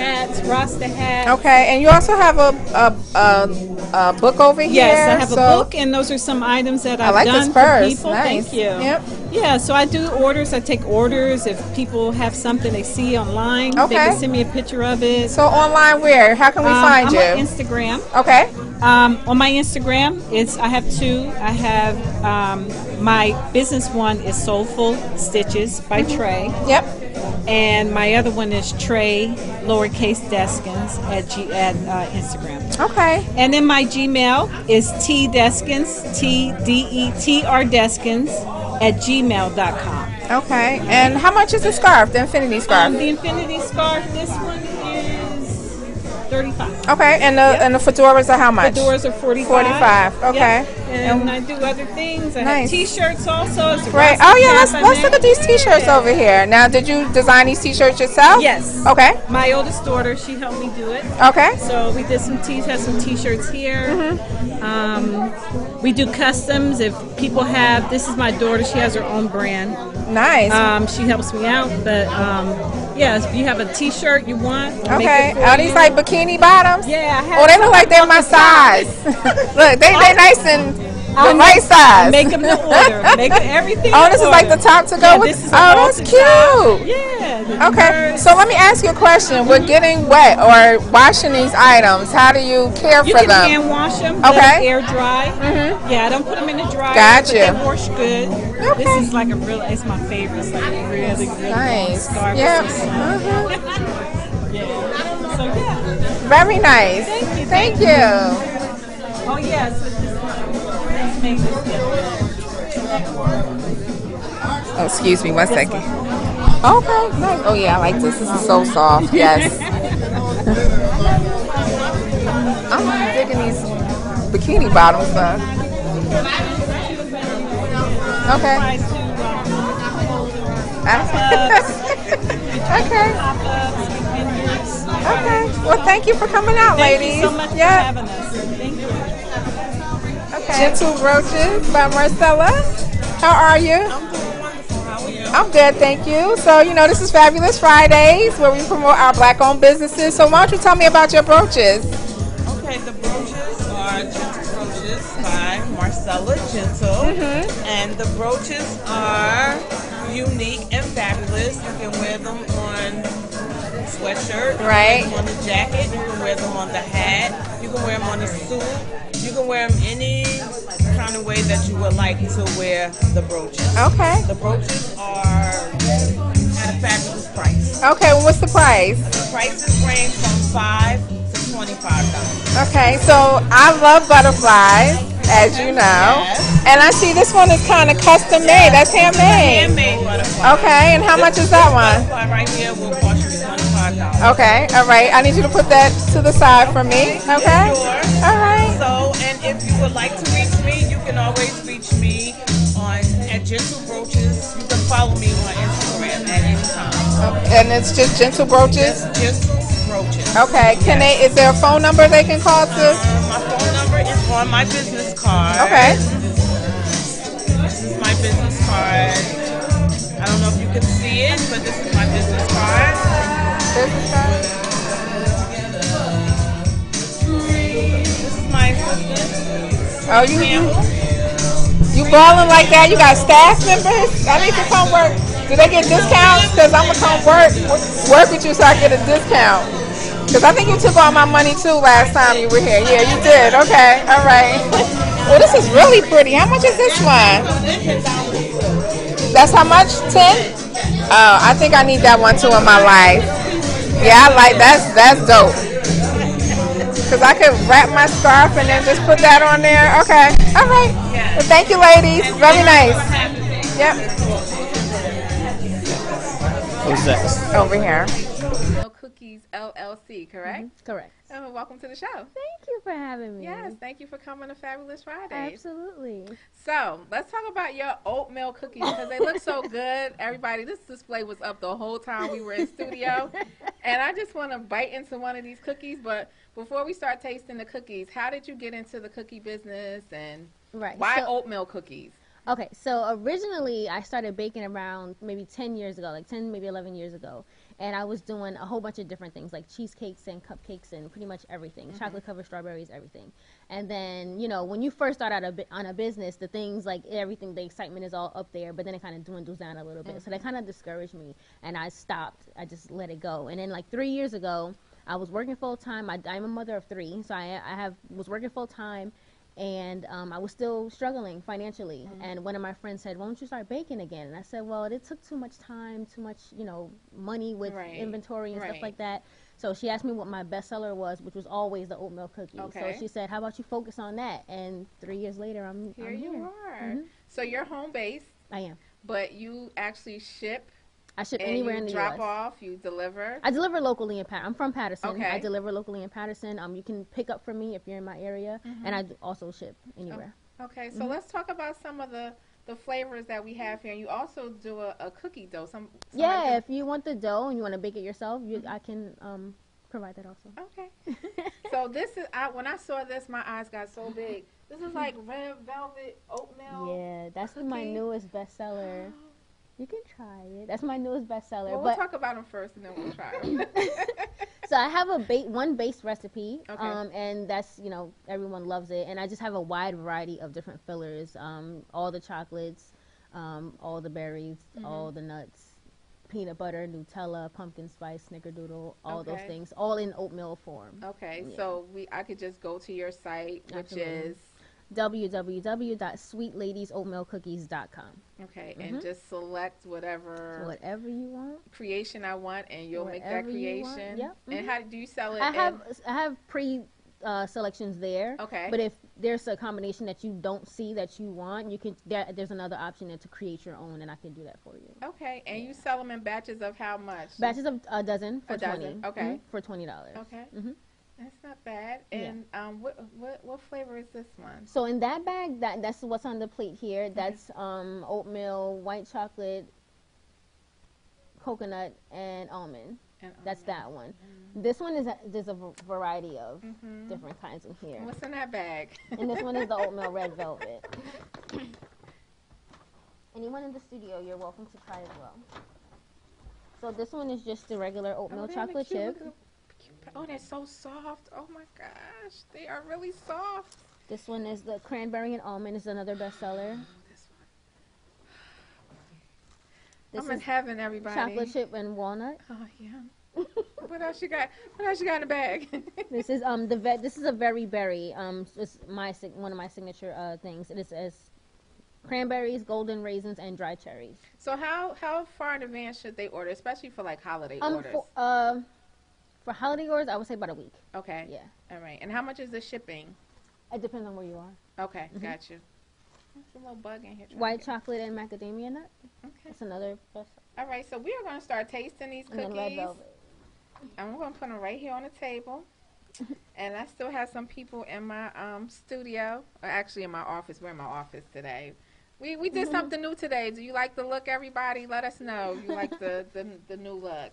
Speaker 9: cats, Rasta hats.
Speaker 1: Okay, and you also have a, a, a, a book over here.
Speaker 9: Yes, I have
Speaker 1: so-
Speaker 9: a book, and those are some items that I've
Speaker 1: I like
Speaker 9: done
Speaker 1: this purse.
Speaker 9: for people.
Speaker 1: Nice.
Speaker 9: Thank you.
Speaker 1: Yep.
Speaker 9: Yeah, so I do orders. I take orders if people have something they see online. They
Speaker 1: Okay.
Speaker 9: can send me a picture of it.
Speaker 1: So online, where? How can we
Speaker 9: Um,
Speaker 1: find
Speaker 9: I'm
Speaker 1: you?
Speaker 9: on Instagram.
Speaker 1: okay.
Speaker 9: Um, on my Instagram, it's I have two. I have um, my business one is Soulful Stitches by Trey,
Speaker 1: Mm-hmm. Yep.
Speaker 9: and my other one is Trey lowercase Deskins at G, at uh, Instagram.
Speaker 1: Okay.
Speaker 9: And then my Gmail is T Deskins T D E T R Deskins at gmail.com.
Speaker 1: Okay. And how much is the scarf? The infinity scarf.
Speaker 9: Um, the Infinity Scarf. This one is thirty-five.
Speaker 1: okay. And the and the fedoras are how much?
Speaker 9: The doors are 45.
Speaker 1: 45, okay.
Speaker 9: Yep. And I do other things. I
Speaker 1: Nice.
Speaker 9: have t-shirts also. It's a
Speaker 1: Right.
Speaker 9: Rasta
Speaker 1: Oh yeah.
Speaker 9: cap
Speaker 1: Let's
Speaker 9: I
Speaker 1: let's look
Speaker 9: made.
Speaker 1: at these T-shirts over here. Now, did you design these T-shirts yourself?
Speaker 9: Yes.
Speaker 1: Okay.
Speaker 9: My oldest daughter, she helped me do it.
Speaker 1: Okay.
Speaker 9: So we did some t have some t-shirts here.
Speaker 1: Mm-hmm.
Speaker 9: Um, we do customs if people have. This is my daughter. She has her own brand.
Speaker 1: Nice.
Speaker 9: Um, she helps me out, but um, yeah, if you have a t-shirt you want, I'll make
Speaker 1: okay.
Speaker 9: it for
Speaker 1: Are these
Speaker 9: you.
Speaker 1: like bikini bottoms?
Speaker 9: Yeah, I have
Speaker 1: Oh, they look
Speaker 9: some
Speaker 1: like they're my
Speaker 9: on the side.
Speaker 1: size. look, they they nice and
Speaker 9: I'll
Speaker 1: the right
Speaker 9: make-
Speaker 1: size.
Speaker 9: Make them to order. Make everything.
Speaker 1: Oh,
Speaker 9: to
Speaker 1: this is like
Speaker 9: order.
Speaker 1: the top to go
Speaker 9: Yeah,
Speaker 1: with-
Speaker 9: This is
Speaker 1: oh,
Speaker 9: like
Speaker 1: that's
Speaker 9: the top.
Speaker 1: cute.
Speaker 9: Yeah. the
Speaker 1: Okay,
Speaker 9: shirts.
Speaker 1: so let me ask you a question. We're getting wet or washing these items. How do you care
Speaker 9: You
Speaker 1: for
Speaker 9: can
Speaker 1: them?
Speaker 9: hand wash them.
Speaker 1: Okay.
Speaker 9: Let 'em air dry. Mm-hmm. Yeah, I don't put them in the dryer.
Speaker 1: Gotcha.
Speaker 9: But they wash good.
Speaker 1: Okay.
Speaker 9: This is like a real. It's my favorite. It's like a really, really
Speaker 1: Nice.
Speaker 9: Long scarf.
Speaker 1: Yeah. Mm-hmm.
Speaker 9: It's so soft. yeah. So yeah.
Speaker 1: Very nice.
Speaker 9: Thank you,
Speaker 1: Thank
Speaker 9: thank
Speaker 1: you.
Speaker 9: Oh yes. This is let's make this good.
Speaker 1: Oh, excuse me, one second. Okay, nice. Oh yeah, I like this. This is so soft. Yes. I'm digging these bikini bottoms though. Okay.
Speaker 9: Try to um, hold the
Speaker 1: okay.
Speaker 9: pop-ups, the vendors.
Speaker 1: Okay. Well, thank you for coming out,
Speaker 9: Thank
Speaker 1: ladies.
Speaker 9: you so much
Speaker 1: yeah.
Speaker 9: for having us. Thank you.
Speaker 1: Okay. Gentle Roaches by Marcella. How are you? I'm doing wonderful. How are you? I'm good, thank you. So, you know, this is Fabulous Fridays where we promote our black owned businesses. So, why don't you tell me about your brooches?
Speaker 10: Okay, the brooches are Gentle Brooches by Marcella Gentle. And the brooches are unique and fabulous. You can wear them on sweatshirt,
Speaker 1: Right.
Speaker 10: on the jacket, you can wear them on the hat, you can wear them on a suit. You can wear them any kind of way that you would like to wear the brooches.
Speaker 1: Okay.
Speaker 10: The brooches are at a fabulous price.
Speaker 1: Okay, well, what's the price?
Speaker 10: The prices range from 5 to $25.
Speaker 1: Okay, so I love butterflies, as you know.
Speaker 10: Yes.
Speaker 1: And I see this one is kind of custom made. That's handmade.
Speaker 10: Handmade butterfly.
Speaker 1: Okay, and how much is that one?
Speaker 10: Butterfly right here will cost you twenty-five dollars.
Speaker 1: Okay, all right. I need you to put that to the side for me. Okay? All right.
Speaker 10: So, and if you would like to reach me, you can always reach me on at Gentle Brooches. You can follow me on Instagram at any time.
Speaker 1: And it's just gentle brooches.
Speaker 10: Just Gentle Brooches.
Speaker 1: Okay, can they? Is there a phone number they can call to?
Speaker 10: Um, my phone number is on my business card.
Speaker 1: Okay,
Speaker 10: This is my business card. I don't know if you can see it, but this is my business card. This is my assistant.
Speaker 1: oh you you,
Speaker 10: Campbell.
Speaker 1: you balling like that? You got staff members? I need to come work. Do they get discounts? Cause I'm gonna come work work with you so I get a discount. Cause I think you took all my money too last time you were here. Yeah, you did. Okay, all right. Well, this is really pretty. How much is this one? That's how much? Ten? Oh, I think I need that one too in my life. Yeah, I like that's that's dope. Cause I could wrap my scarf and then just put that on there. Okay, all right. Well, thank you, ladies. Very nice. Yep,
Speaker 11: Who's next?
Speaker 1: over here.
Speaker 4: No Cookies LLC, correct?
Speaker 12: Mm-hmm, Correct.
Speaker 4: Oh, welcome to the show.
Speaker 12: Thank you for having me.
Speaker 4: Yes, thank you for coming to Fabulous Fridays.
Speaker 12: Absolutely.
Speaker 4: So let's talk about your oatmeal cookies because they look so good. Everybody, this display was up the whole time we were in studio, and I just want to bite into one of these cookies. But before we start tasting the cookies, how did you get into the cookie business and
Speaker 12: Right.
Speaker 4: why
Speaker 12: so,
Speaker 4: oatmeal cookies?
Speaker 12: Okay, so originally I started baking around maybe 10 years ago, like 10, maybe 11 years ago. And I was doing a whole bunch of different things, like cheesecakes and cupcakes and pretty much everything chocolate covered strawberries, everything. And then, you know, when you first start out a bu- on a business, the things like everything, the excitement is all up there, but then it kind of dwindles down a little bit. So that kind of discouraged me. And I stopped, I just let it go. And then, like, three years ago, I was working full time. I, I'm a mother of three, so I, I have was working full time and um, I was still struggling financially.
Speaker 1: Mm-hmm.
Speaker 12: And one of my friends said, "Why don't you start baking again?" And I said, "Well, it took too much time, too much, you know, money with
Speaker 1: Right.
Speaker 12: inventory and
Speaker 1: Right.
Speaker 12: stuff like that." So she asked me what my bestseller was, which was always the oatmeal cookie.
Speaker 1: Okay.
Speaker 12: So she said, "How about you focus on that?" And three years later, I'm
Speaker 1: Here
Speaker 12: I'm
Speaker 1: you
Speaker 12: here. Mm-hmm.
Speaker 1: are. So you're home based,
Speaker 12: I am.
Speaker 1: but you actually ship
Speaker 12: I ship
Speaker 1: and
Speaker 12: anywhere
Speaker 1: you
Speaker 12: in the
Speaker 1: drop
Speaker 12: U.S.
Speaker 1: off, you deliver.
Speaker 12: I deliver locally in Pat. I'm from Patterson.
Speaker 1: Okay.
Speaker 12: I deliver locally in Patterson. Um, you can pick up from me if you're in my area,
Speaker 1: Mm-hmm.
Speaker 12: and I d- also ship anywhere.
Speaker 1: Okay,
Speaker 12: Mm-hmm.
Speaker 1: so let's talk about some of the the flavors that we have here. And you also do a, a cookie dough. Some, some
Speaker 12: Yeah, if you want the dough and you want to bake it yourself, you,
Speaker 1: Mm-hmm.
Speaker 12: I can um, provide that also.
Speaker 1: Okay. so this is I when I saw this, my eyes got so big. This is like red velvet oatmeal.
Speaker 12: Yeah, that's my
Speaker 1: cookie.
Speaker 12: newest bestseller. You can try it. That's my newest bestseller.
Speaker 1: Well, we'll
Speaker 12: but
Speaker 1: talk about them first, and then we'll try 'em.
Speaker 12: so I have a ba- one base recipe,
Speaker 1: Okay.
Speaker 12: um, and that's you know everyone loves it. And I just have a wide variety of different fillers, um, all the chocolates, um, all the berries, all
Speaker 1: Mm-hmm.
Speaker 12: the nuts, peanut butter, Nutella, pumpkin spice, Snickerdoodle, all
Speaker 1: Okay.
Speaker 12: those things, all in oatmeal form.
Speaker 1: okay,
Speaker 12: Yeah.
Speaker 1: so we I could just go to your site, which
Speaker 12: Absolutely.
Speaker 1: is
Speaker 12: www.sweetladiesOatmealCookies.com.
Speaker 1: okay, and just select whatever
Speaker 12: Mm-hmm. Whatever you want.
Speaker 1: creation I want, and you'll make that
Speaker 12: Whatever you want.
Speaker 1: creation.
Speaker 12: Yep, mm-hmm.
Speaker 1: And how do you sell it?
Speaker 12: I
Speaker 1: in-
Speaker 12: have I have pre uh, selections there.
Speaker 1: Okay.
Speaker 12: But if there's a combination that you don't see that you want, you can there, there's another option there to create your own, and I can do that for you.
Speaker 1: okay, and you sell them in batches of how much?
Speaker 12: Batches of a dozen for
Speaker 1: A
Speaker 12: twenty.
Speaker 1: dozen, okay.
Speaker 12: mhm, for twenty dollars.
Speaker 1: Okay.
Speaker 12: Mhm.
Speaker 1: That's not bad.
Speaker 12: Yeah.
Speaker 1: And um, what what what flavor is this one?
Speaker 12: So in that bag, that that's what's on the plate here. That's um, oatmeal, white chocolate, coconut, and almond.
Speaker 1: And
Speaker 12: That's
Speaker 1: almond. Mm-hmm.
Speaker 12: that one. This one is a, there's a v- variety of different kinds in here.
Speaker 1: What's in that bag?
Speaker 12: And this one is the oatmeal red velvet. Anyone in the studio, you're welcome to try as well. So this one is just the regular oatmeal
Speaker 1: they have a
Speaker 12: chocolate
Speaker 1: cute
Speaker 12: chip.
Speaker 1: little- cute pa- Oh, they're so soft. Oh my gosh, they are really soft.
Speaker 12: This one is the cranberry and almond is another bestseller.
Speaker 1: This one.
Speaker 12: This
Speaker 1: I'm in
Speaker 12: is
Speaker 1: heaven, everybody.
Speaker 12: chocolate chip and walnut.
Speaker 1: Oh yeah. what else you got? What else you got in the bag?
Speaker 12: This is um the vet. This is a very berry. Um, it's my sig- one of my signature uh things. It is, is cranberries, golden raisins, and dry cherries.
Speaker 1: so how how far in advance should they order, especially for like holiday
Speaker 12: Um,
Speaker 1: orders?
Speaker 12: for, uh, for holiday orders, I would say about a week.
Speaker 1: okay.
Speaker 12: Yeah,
Speaker 1: All right. And how much is the shipping?
Speaker 12: it depends on where you are. Mm-hmm.
Speaker 1: Okay, got you. There's a little bug in here. trying to
Speaker 12: White
Speaker 1: get-
Speaker 12: chocolate and macadamia nut.
Speaker 1: Okay.
Speaker 12: That's another best.
Speaker 1: All right, so we are going to start tasting these
Speaker 12: And
Speaker 1: cookies.
Speaker 12: then red velvet.
Speaker 1: And we're gonna put them right here on the table. and I still have some people in my um, studio, or actually in my office. We're in my office today. We we
Speaker 12: Mm-hmm.
Speaker 1: did something new today. Do you like the look, everybody? Let us know if you like the, the the new look.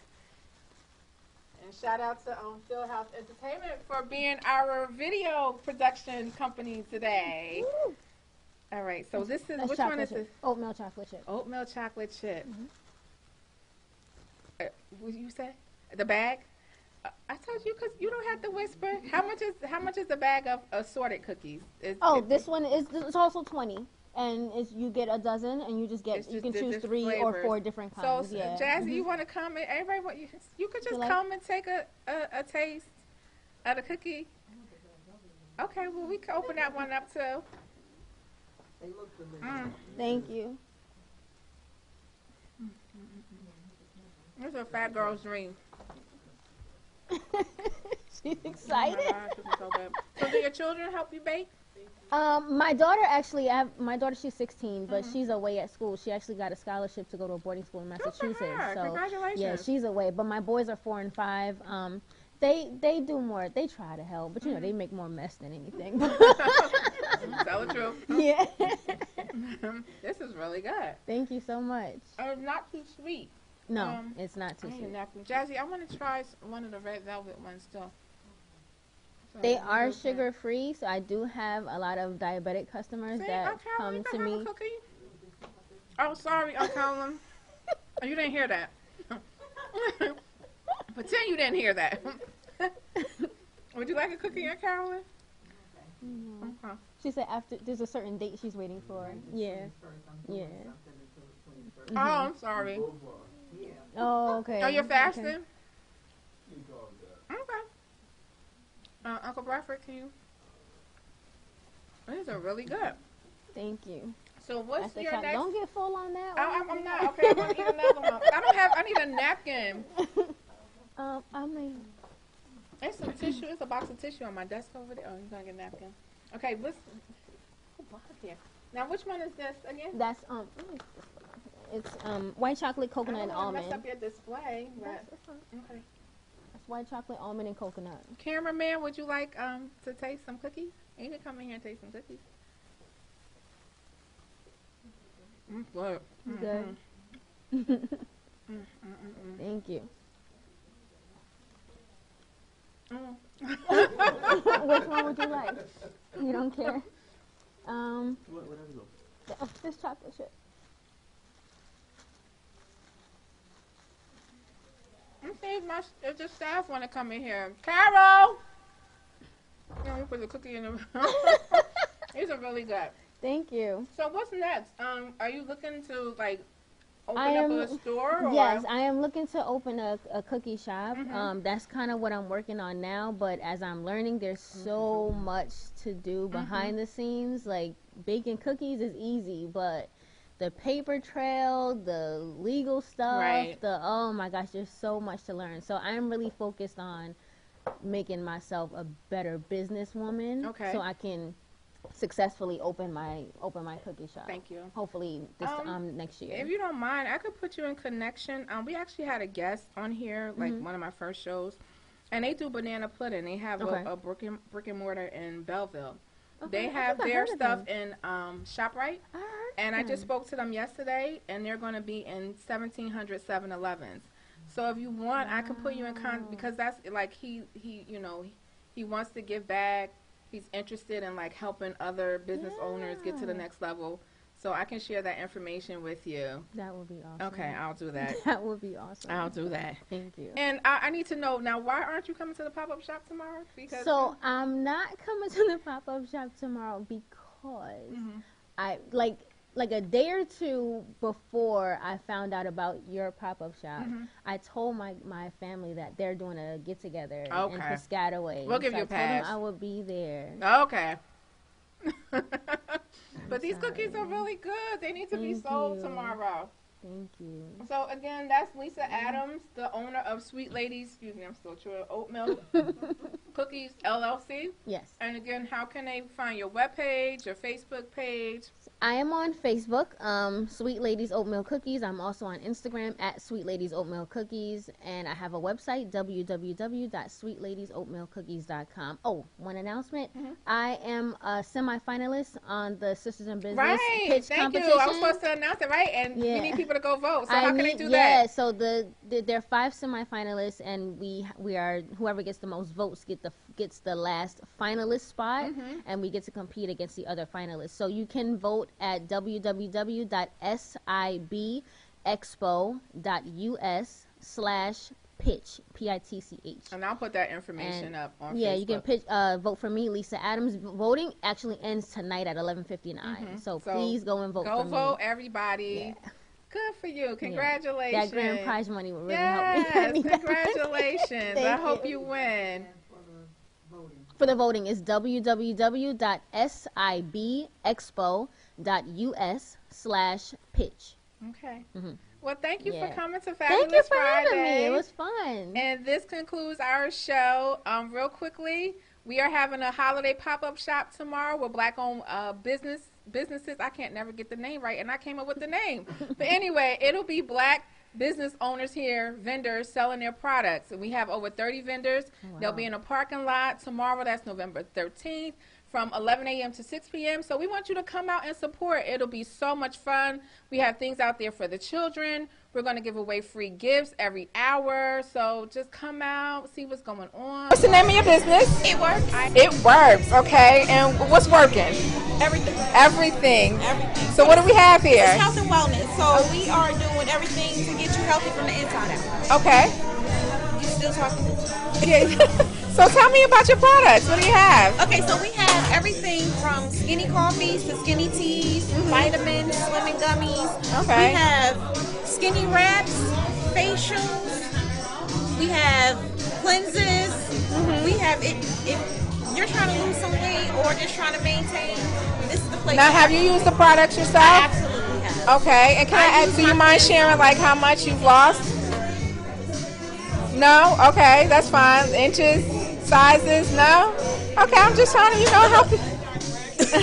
Speaker 1: And shout out to um, House Entertainment for being our video production company today. All right, so this is
Speaker 12: That's
Speaker 1: which
Speaker 12: chocolate
Speaker 1: one is
Speaker 12: chip.
Speaker 1: this?
Speaker 12: Oatmeal chocolate chip.
Speaker 1: Oatmeal chocolate chip.
Speaker 12: Mm-hmm.
Speaker 1: Uh, what you say? The bag? Uh, I told you because you don't have to whisper. How much is how much is the bag of assorted cookies? Is-
Speaker 12: Oh,
Speaker 1: is-
Speaker 12: this one is. It's also twenty, and it's, you get a dozen, and you just get
Speaker 1: It's
Speaker 12: you
Speaker 1: just
Speaker 12: can
Speaker 1: the
Speaker 12: choose
Speaker 1: different
Speaker 12: three or
Speaker 1: flavors.
Speaker 12: four different
Speaker 1: so,
Speaker 12: kinds. yeah. Mm-hmm.
Speaker 1: Jazzy, you want to comment? Everybody, want you, you could just
Speaker 12: like-
Speaker 1: come and take a, a, a taste of the cookie. Okay, well we can open that one up too. Mm.
Speaker 12: Thank you.
Speaker 1: It's a fat girl's dream.
Speaker 12: She's
Speaker 1: Oh my
Speaker 12: excited.
Speaker 1: gosh, this is so good. So do your children help you bake?
Speaker 12: Um, my daughter actually, I have, my daughter, she's 16, but
Speaker 1: Mm-hmm.
Speaker 12: she's away at school. She actually got a scholarship to go to a boarding school in
Speaker 1: for
Speaker 12: Massachusetts.
Speaker 1: her.
Speaker 12: So yeah,
Speaker 1: Congratulations.
Speaker 12: she's away. But my boys are four and five. Um, they they do more. They try to help, but you know
Speaker 1: Mm-hmm.
Speaker 12: they make more mess than anything. Mm-hmm.
Speaker 1: Tell the truth. Um,
Speaker 12: yeah.
Speaker 1: This is really good.
Speaker 12: Thank you so much.
Speaker 1: Uh, not too sweet.
Speaker 12: No,
Speaker 1: Um,
Speaker 12: it's not too
Speaker 1: I ain't
Speaker 12: sweet.
Speaker 1: nothing. Jazzy, I want to try s- one of the red velvet ones too. So,
Speaker 12: They
Speaker 1: what
Speaker 12: are
Speaker 1: is that?
Speaker 12: sugar free, so I do have a lot of diabetic customers
Speaker 1: See,
Speaker 12: that
Speaker 1: okay, well,
Speaker 12: come
Speaker 1: you
Speaker 12: to
Speaker 1: can have a
Speaker 12: me.
Speaker 1: cookie. Oh, sorry, I'll tell them. Oh, you didn't hear that. Pretend you didn't hear that. Would you like a cookie, Aunt Carolyn? Okay.
Speaker 12: She said after there's a certain date she's waiting for. Yeah. Yeah. Mm-hmm.
Speaker 1: Oh, I'm sorry.
Speaker 12: Oh, okay.
Speaker 1: Oh, you're
Speaker 12: Okay.
Speaker 1: fasting? Okay. Uh, Uncle Bradford, can you? These are really good.
Speaker 12: Thank you.
Speaker 1: So
Speaker 12: I
Speaker 1: what's
Speaker 12: said,
Speaker 1: your
Speaker 12: "Child,
Speaker 1: next?
Speaker 12: don't get full on that.
Speaker 1: I, I'm, I'm not okay. I'm gonna eat another one. I don't have. I need a napkin.
Speaker 12: Um, I mean,
Speaker 1: There's some tissue. There's a box of tissue on my desk over there. Oh, you're gonna get a napkin. Okay, let's. Who bought here? Now, which one is this again?
Speaker 12: that's um, it's um white chocolate,
Speaker 1: I
Speaker 12: coconut,
Speaker 1: don't
Speaker 12: and
Speaker 1: wanna
Speaker 12: almond.
Speaker 1: mess up your display, but
Speaker 12: That's- that's fine.
Speaker 1: okay.
Speaker 12: It's white chocolate, almond, and coconut.
Speaker 1: Cameraman, would you like um to taste some cookies? You can come in here and taste some cookies. Mm, good.
Speaker 12: You Good.
Speaker 1: Mm,
Speaker 12: Thank you. Which one would you like? You don't care. Um,
Speaker 1: Mm-hmm.
Speaker 12: th- oh, this chocolate chip.
Speaker 1: I'm seeing if my if the staff want to come in here. Carol, you know, you put the cookie in the. These are really good.
Speaker 12: Thank you.
Speaker 1: So what's next? Um, are you looking to like open
Speaker 12: I
Speaker 1: up
Speaker 12: am-
Speaker 1: a store? Or? Mm-hmm.
Speaker 12: Yes, I am looking to open a, a cookie shop. Um, that's kind of what I'm working on now. But as I'm learning, there's
Speaker 1: Mm-hmm.
Speaker 12: so much to do behind the scenes. Like baking cookies is easy, but the paper trail, the legal stuff,
Speaker 1: Right.
Speaker 12: the oh my gosh, there's so much to learn. So I'm really focused on making myself a better businesswoman.
Speaker 1: Okay.
Speaker 12: So I can successfully open my open my cookie shop.
Speaker 1: Thank you.
Speaker 12: Hopefully this
Speaker 1: Um,
Speaker 12: um, next year.
Speaker 1: If you don't mind, I could put you in connection. Um, we actually had a guest on here, like
Speaker 12: Mm-hmm.
Speaker 1: one of my first shows, and they do banana pudding. They have
Speaker 12: Okay.
Speaker 1: a, a brick and brick and mortar in Belleville.
Speaker 12: Okay,
Speaker 1: they
Speaker 12: I
Speaker 1: have
Speaker 12: think I
Speaker 1: their
Speaker 12: heard of
Speaker 1: stuff in um, Shoprite,
Speaker 12: I heard
Speaker 1: and I
Speaker 12: them.
Speaker 1: just spoke to them yesterday, and they're going to be in 1700 7-Elevens. So if you want, I can put you in con because that's like he he you know he, he wants to give back. He's interested in like helping other business owners get to the
Speaker 12: Yeah.
Speaker 1: next level. So I can share that information with you.
Speaker 12: That would be awesome.
Speaker 1: Okay, I'll do that.
Speaker 12: That would be awesome.
Speaker 1: I'll do that.
Speaker 12: Thank you.
Speaker 1: And I, I need to know now why aren't you coming to the pop up shop tomorrow? Because
Speaker 12: So I'm not coming to the pop up shop tomorrow because
Speaker 1: Mm-hmm.
Speaker 12: I like like a day or two before I found out about your pop up shop.
Speaker 1: Mm-hmm.
Speaker 12: I told my my family that they're doing a get together in
Speaker 1: Okay.
Speaker 12: Piscataway.
Speaker 1: We'll give
Speaker 12: so
Speaker 1: you
Speaker 12: I
Speaker 1: a
Speaker 12: Told
Speaker 1: pass.
Speaker 12: them I would be there.
Speaker 1: okay. but these cookies are really good. They need to be
Speaker 12: Thank
Speaker 1: sold
Speaker 12: you.
Speaker 1: tomorrow.
Speaker 12: Thank you.
Speaker 1: So again, that's Lisa Adams, the owner of Sweet Ladies. Excuse me, I'm still chewing oat milk cookies LLC.
Speaker 12: Yes.
Speaker 1: And again, how can they find your webpage, your Facebook page?
Speaker 12: I am on Facebook, um, Sweet Ladies Oatmeal Cookies. I'm also on Instagram at Sweet Ladies Oatmeal Cookies, and I have a website www.sweetladiesoatmealcookies.com. Oh, one announcement:
Speaker 1: Mm-hmm.
Speaker 12: I am a semi-finalist on the Sisters in Business
Speaker 1: Right.
Speaker 12: pitch
Speaker 1: Thank you.
Speaker 12: competition.
Speaker 1: I was supposed to announce it, right? And we
Speaker 12: Yeah.
Speaker 1: need people to go vote. So
Speaker 12: I
Speaker 1: how can they
Speaker 12: need-
Speaker 1: do
Speaker 12: yeah,
Speaker 1: that?
Speaker 12: so the, the there are five semifinalists, and we we are whoever gets the most votes get the gets the last finalist spot,
Speaker 1: Mm-hmm.
Speaker 12: and we get to compete against the other finalists. So you can vote at www.sibexpo.us slash pitch p i t c h.
Speaker 1: And I'll put that information
Speaker 12: And-
Speaker 1: up on
Speaker 12: Yeah, you can
Speaker 1: Facebook.
Speaker 12: pitch, uh, vote for me, Lisa Adams. Voting actually ends tonight at eleven fifty nine. So,
Speaker 1: Mm-hmm. So
Speaker 12: please go and vote.
Speaker 1: Go
Speaker 12: for
Speaker 1: vote,
Speaker 12: Me.
Speaker 1: everybody. Good for you.
Speaker 12: That
Speaker 1: Congratulations.
Speaker 12: grand prize money will really help me. I
Speaker 1: yes,
Speaker 12: need that.
Speaker 1: congratulations. I
Speaker 12: Thank
Speaker 1: hope
Speaker 12: you.
Speaker 1: you win.
Speaker 12: for the voting is www.sibexpo.us slash pitch. Mm-hmm.
Speaker 1: Okay. Well, thank you for
Speaker 12: Yeah.
Speaker 1: coming to Fabulous
Speaker 12: Thank you for
Speaker 1: Friday.
Speaker 12: having me. It was fun.
Speaker 1: And this concludes our show. Um, real quickly, we are having a holiday pop-up shop tomorrow with black-owned uh, business businesses. I can't never get the name right, and I came up with the name. but anyway, it'll be black business owners here, vendors selling their products, and we have over 30 vendors.
Speaker 12: Oh,
Speaker 1: They'll be in a parking lot tomorrow. That's November 13th. From 11 a.m. to 6 p.m. So, we want you to come out and support. It'll be so much fun. We have things out there for the children. We're going to give away free gifts every hour. So just come out, see what's going on. What's the name of your business? It works. It works, okay? And what's working?
Speaker 13: Everything.
Speaker 1: Everything.
Speaker 13: Everything.
Speaker 1: So what do we have here?
Speaker 13: It's health and wellness. So we are doing everything to get you healthy from the inside out.
Speaker 1: Okay.
Speaker 13: You still talking?
Speaker 1: Yeah. so tell me about your products. What do you have?
Speaker 13: Okay, so we have everything from skinny coffees to skinny teas, vitamins, swimming gummies.
Speaker 1: Mm-hmm. Okay.
Speaker 13: We have skinny wraps, facials. We have cleanses.
Speaker 1: Mm-hmm.
Speaker 13: We have it. If you're trying to lose some weight or just trying to maintain, this is the place.
Speaker 1: Now, have you used the products
Speaker 13: I
Speaker 1: yourself?
Speaker 13: absolutely have.
Speaker 1: Okay. And can
Speaker 13: I
Speaker 1: I, ask?
Speaker 13: use
Speaker 1: Do you
Speaker 13: my
Speaker 1: mind sharing like how much you've lost? No. Okay, that's fine. Inches, sizes. No. Okay, I'm just trying to, you know, help. you.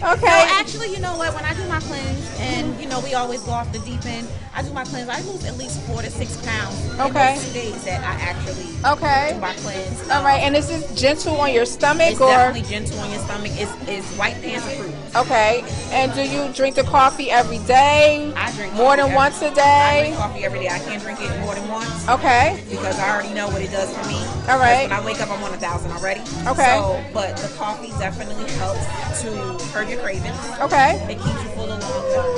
Speaker 13: No,
Speaker 1: okay.
Speaker 13: actually, you know what? When I do my cleanse, and you know, we always go off the deep end. I do my cleanse. I lose at least four to six pounds
Speaker 1: Okay.
Speaker 13: in those two days that I actually do
Speaker 1: Okay.
Speaker 13: my cleanse.
Speaker 1: All right. And is this gentle on your stomach
Speaker 13: It's
Speaker 1: or?
Speaker 13: definitely gentle on your stomach. It's, it's white pants fruit.
Speaker 1: Okay. And do you drink the coffee every day?
Speaker 13: I drink
Speaker 1: more
Speaker 13: coffee
Speaker 1: than
Speaker 13: every-
Speaker 1: once a
Speaker 13: I
Speaker 1: day.
Speaker 13: drink coffee every day. I can't drink it more than once
Speaker 1: Okay.
Speaker 13: because I already know what it does for me.
Speaker 1: All right.
Speaker 13: Because When I wake up, I'm on a thousand already.
Speaker 1: Okay.
Speaker 13: So, but the coffee definitely helps to curb your cravings.
Speaker 1: Okay. Mm-hmm.
Speaker 13: It keeps you full of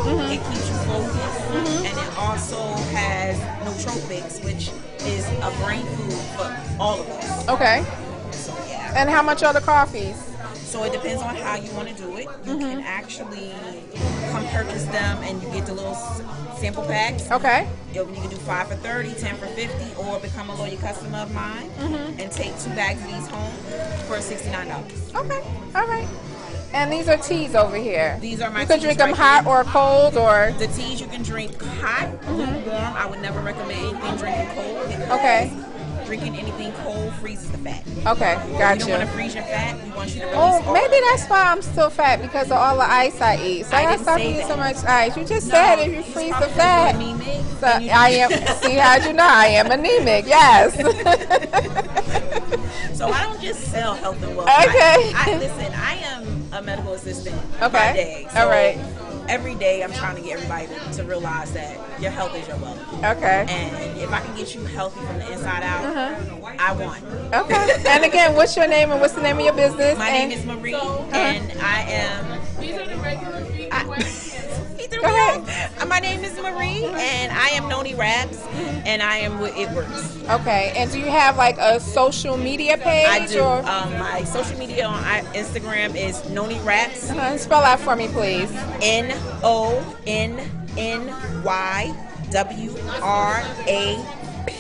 Speaker 13: longer. It keeps you focused. And it also has nootropics, which is a brain food for all of us.
Speaker 1: Okay.
Speaker 13: So, yeah.
Speaker 1: And how much are the coffees?
Speaker 13: So it depends on how you want to do it. You
Speaker 1: Mm-hmm.
Speaker 13: can actually come purchase them and you get the little s- sample packs.
Speaker 1: Okay.
Speaker 13: You you can do 5 for 30, 10 for 50, or become a loyal customer of mine
Speaker 1: Mm-hmm.
Speaker 13: and take two bags of these home for $69.
Speaker 1: Okay. All right. And these are teas over here.
Speaker 13: These are my
Speaker 1: You could
Speaker 13: teas
Speaker 1: drink them
Speaker 13: right
Speaker 1: hot
Speaker 13: here.
Speaker 1: or cold or.
Speaker 13: The teas you can drink hot,
Speaker 1: Mm-hmm.
Speaker 13: lukewarm. I would never recommend anything drinking cold. because
Speaker 1: Okay.
Speaker 13: Drinking anything cold freezes the fat.
Speaker 1: Okay.
Speaker 13: You don't want to
Speaker 1: Gotcha.
Speaker 13: freeze your fat. We want you to release
Speaker 1: Oh,
Speaker 13: all
Speaker 1: maybe
Speaker 13: of it.
Speaker 1: that's why I'm still fat because of all the ice I eat. So
Speaker 13: I
Speaker 1: I
Speaker 13: didn't
Speaker 1: stop
Speaker 13: say
Speaker 1: eating
Speaker 13: that.
Speaker 1: so much ice. You just said if you
Speaker 13: he's
Speaker 1: freeze the
Speaker 13: probably
Speaker 1: fat.
Speaker 13: anemic.
Speaker 1: So I am. See how you know I am anemic? Yes.
Speaker 13: So I don't just sell health and wellness.
Speaker 1: Okay.
Speaker 13: I, I- listen. I am a medical assistant.
Speaker 1: Okay.
Speaker 13: By day.
Speaker 1: All right.
Speaker 13: Every day, I'm trying to get everybody to, to realize that your health is your wealth.
Speaker 1: okay.
Speaker 13: And if I can get you healthy from the inside out,
Speaker 1: Uh-huh.
Speaker 13: I want.
Speaker 1: Okay. and again, what's your name and what's the name of your business?
Speaker 13: My
Speaker 1: and uh-huh.
Speaker 13: name is Marie, and I am. These are the regular
Speaker 1: Go ahead.
Speaker 13: My name is Marie, and I am Noni Raps, and I am with It Works.
Speaker 1: Okay. And do you have like a social media page?
Speaker 13: I do.
Speaker 1: Or,
Speaker 13: Um, my social media on I- Instagram is Noni Raps.
Speaker 1: Uh, spell out for me, please.
Speaker 13: N O N N Y W R A P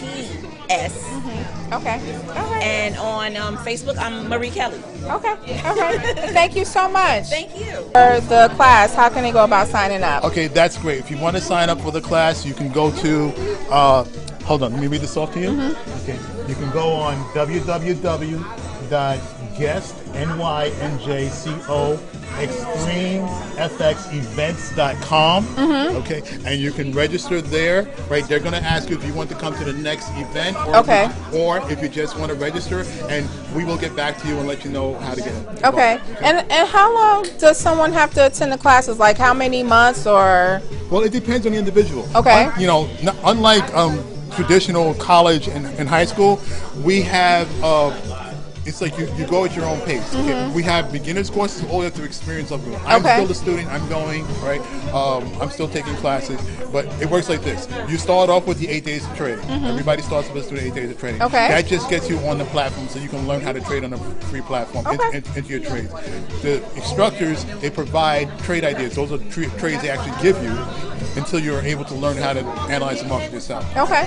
Speaker 13: S.
Speaker 1: Mm-hmm. Okay. All right.
Speaker 13: And on um, Facebook, I'm Marie Kelly.
Speaker 1: okay. All right. Thank you so much.
Speaker 13: Thank you.
Speaker 1: for the class. How can they go about signing up?
Speaker 8: Okay, that's great. If you want to sign up for the class, you can go to. Uh, hold on, let me read this off to you.
Speaker 1: Mm-hmm.
Speaker 8: Okay, you can go on www.guestnynjcoextremefxevents.com.
Speaker 1: Mm-hmm.
Speaker 8: Okay, and you can register there. Right, they're going to ask you if you want to come to the next event, or
Speaker 1: Okay.
Speaker 8: if you, or if you just want to register, and we will get back to you and let you know how to get. Involved.
Speaker 1: Okay. And and how long does someone have to attend the classes? Like how many months or
Speaker 8: Well, it depends on the individual.
Speaker 1: Okay.
Speaker 8: Un- you know, n- unlike um, traditional college and, and high school, we have. Uh, it's like you, you go at your own pace. Okay? We have beginners courses all the way through experience level. I'm
Speaker 1: Mm-hmm. Okay.
Speaker 8: still a student. I'm going right. Um, I'm still taking classes, but it works like this. You start off with the eight days of trading. Everybody starts with the eight days of trading.
Speaker 1: Mm-hmm. Okay.
Speaker 8: That just gets you on the platform, so you can learn how to trade on a free platform in-
Speaker 1: Okay.
Speaker 8: in- into your trades. The instructors they provide trade ideas. Those are tra- trades they actually give you until you're able to learn how to analyze the market yourself.
Speaker 1: Okay.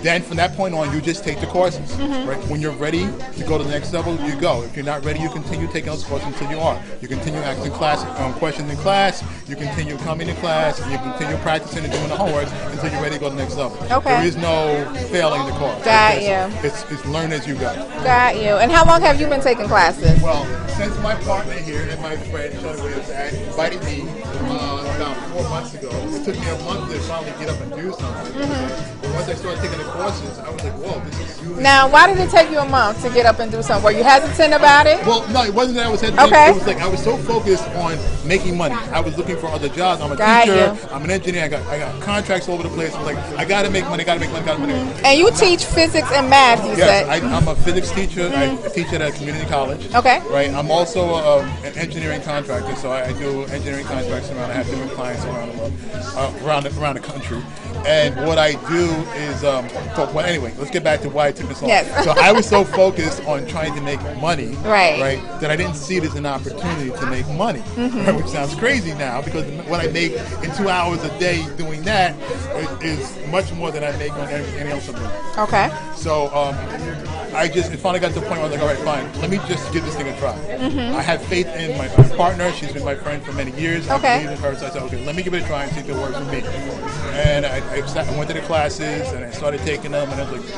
Speaker 8: Then from that point on, you just take the courses.
Speaker 1: Mm-hmm.
Speaker 8: Right. When you're ready to go to the next level, you go. If you're not ready, you continue taking those courses until you are. You continue asking class um, questions in class. You continue coming to class. And you continue practicing and doing the homework until you're ready to go to the next level.
Speaker 1: Okay.
Speaker 8: There is no failing the course.
Speaker 1: Got
Speaker 8: It's-
Speaker 1: you.
Speaker 8: It's, it's learn as you go.
Speaker 1: got you? And how long have you been taking classes?
Speaker 8: Well, since my partner here and my friend Sean Williams had invited me
Speaker 1: Mm-hmm.
Speaker 8: uh, about four months ago, it took me a month to finally get up and do something. once I started taking the courses, I was like, whoa, this is you.
Speaker 1: Now, why did it take you a month to get up and do something? Were you hesitant about it?
Speaker 8: Well, no, it wasn't that I was hesitant.
Speaker 1: Okay.
Speaker 8: It was like I was so focused on making money. I was looking for other jobs. I'm a
Speaker 1: Got
Speaker 8: teacher.
Speaker 1: you.
Speaker 8: I'm an engineer. I got I got contracts all over the place. I'm like, I gotta make money. Gotta make money. Gotta make money.
Speaker 1: And you teach physics and math, Mm-hmm. you
Speaker 8: Yes,
Speaker 1: said. Mm-hmm.
Speaker 8: I, I'm a physics teacher. I teach at a community college.
Speaker 1: Okay.
Speaker 8: Right. I'm also um, an engineering contractor, so I, I do engineering contracts around. I have different clients around the world, uh, around the, around the country. And what I do is, um, but, well, anyway, let's get back to why it took this long.
Speaker 1: Yes.
Speaker 8: So I was so focused on trying to make money,
Speaker 1: Right.
Speaker 8: right, that I didn't see it as an opportunity to make money,
Speaker 1: Mhm.
Speaker 8: right, which sounds crazy now because what I make in two hours a day doing that i- is much more than I make on anything else I'm doing.
Speaker 1: Okay.
Speaker 8: So um, I just it finally got to the point where I was like, all right, fine, let me just give this thing a try.
Speaker 1: Mhm.
Speaker 8: I have faith in my, my partner. She's been my friend for many years.
Speaker 1: Okay.
Speaker 8: I believe in her. So I said, okay, let me give it a try and see if it works for me. And I, I, sat- I went to the classes and I started taking them, and I was like,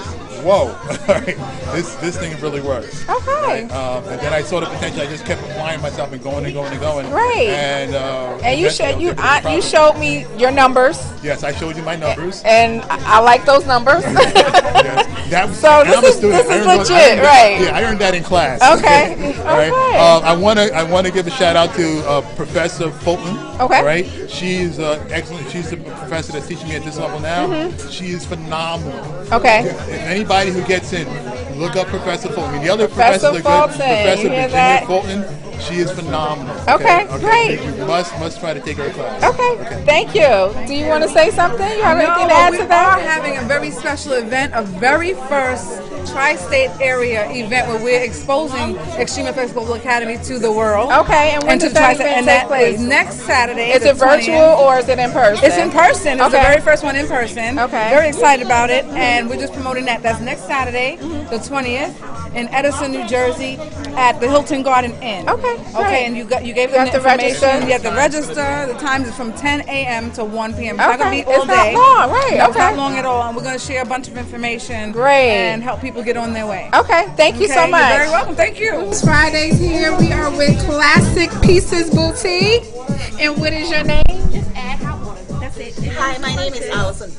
Speaker 8: whoa, all right, this this thing really works.
Speaker 1: Okay.
Speaker 8: Um, and then I saw the potential. I just kept applying myself and going and going and going.
Speaker 1: Right.
Speaker 8: And uh,
Speaker 1: And
Speaker 8: eventually
Speaker 1: you
Speaker 8: I
Speaker 1: showed
Speaker 8: was
Speaker 1: you
Speaker 8: able to get
Speaker 1: I, you
Speaker 8: property.
Speaker 1: showed me your numbers,
Speaker 8: Yes, I showed you my numbers.
Speaker 1: and I, I like those numbers.
Speaker 8: That was,
Speaker 1: So
Speaker 8: and
Speaker 1: this
Speaker 8: I'm a
Speaker 1: is-
Speaker 8: student.
Speaker 1: this
Speaker 8: I
Speaker 1: is
Speaker 8: earned those- I
Speaker 1: legit,
Speaker 8: earned-
Speaker 1: right.
Speaker 8: Yeah, I earned that in class.
Speaker 1: Okay,
Speaker 8: All right.
Speaker 1: okay.
Speaker 8: Um, I want to I want to give a shout out to uh, Professor Fulton.
Speaker 1: Okay.
Speaker 8: Right. She's uh, excellent. She's the professor that's teaching me at this level now.
Speaker 1: Mhm.
Speaker 8: She is phenomenal.
Speaker 1: Okay.
Speaker 8: If anybody who gets in, look up Professor Fulton. I mean, the other
Speaker 1: Professor
Speaker 8: professor,
Speaker 1: Fulton,
Speaker 8: Professor
Speaker 1: you
Speaker 8: Virginia
Speaker 1: hear that?
Speaker 8: Fulton, she is phenomenal.
Speaker 1: Okay, great.
Speaker 8: You must must try to take her class.
Speaker 1: Okay. Thank you. Do you want to say something? You have
Speaker 6: No,
Speaker 1: anything to
Speaker 6: but
Speaker 1: add
Speaker 6: we
Speaker 1: to that?
Speaker 6: are having a very special event, a very first tri-state area event where we're exposing Extreme Effects Global Academy to the world.
Speaker 1: Okay, and when
Speaker 6: to
Speaker 1: does that
Speaker 6: tri-state-
Speaker 1: event
Speaker 6: and
Speaker 1: take
Speaker 6: that is
Speaker 1: place?
Speaker 6: next Saturday.
Speaker 1: Is
Speaker 6: the
Speaker 1: it virtual
Speaker 6: 20th.
Speaker 1: or is it in person?
Speaker 6: It's in person. It's the
Speaker 1: Okay.
Speaker 6: very first one in person.
Speaker 1: Okay.
Speaker 6: Very excited about it, and we're just promoting that. That's next Saturday, the twentieth, in Edison, New Jersey, at the Hilton Garden Inn. Okay.
Speaker 1: great.
Speaker 6: Okay, and you got you gave
Speaker 1: You
Speaker 6: them
Speaker 1: have
Speaker 6: the
Speaker 1: to register.
Speaker 6: information. You have to register. The times is from ten a.m. to one p.m. It's not gonna
Speaker 1: Okay.
Speaker 6: be all
Speaker 1: It's not
Speaker 6: day.
Speaker 1: long, right,
Speaker 6: No, it's
Speaker 1: okay.
Speaker 6: not long at all, and we're gonna share a bunch of information.
Speaker 1: Great.
Speaker 6: And help people get on their way.
Speaker 1: Okay, thank you
Speaker 6: Okay,
Speaker 1: so
Speaker 6: you're
Speaker 1: much.
Speaker 6: very welcome. Thank you.
Speaker 1: It's Fridays here. We are with Classic Pieces Boutique. And what is your name?
Speaker 14: Just add hot water. That's it.
Speaker 15: Hi, my name is Allison.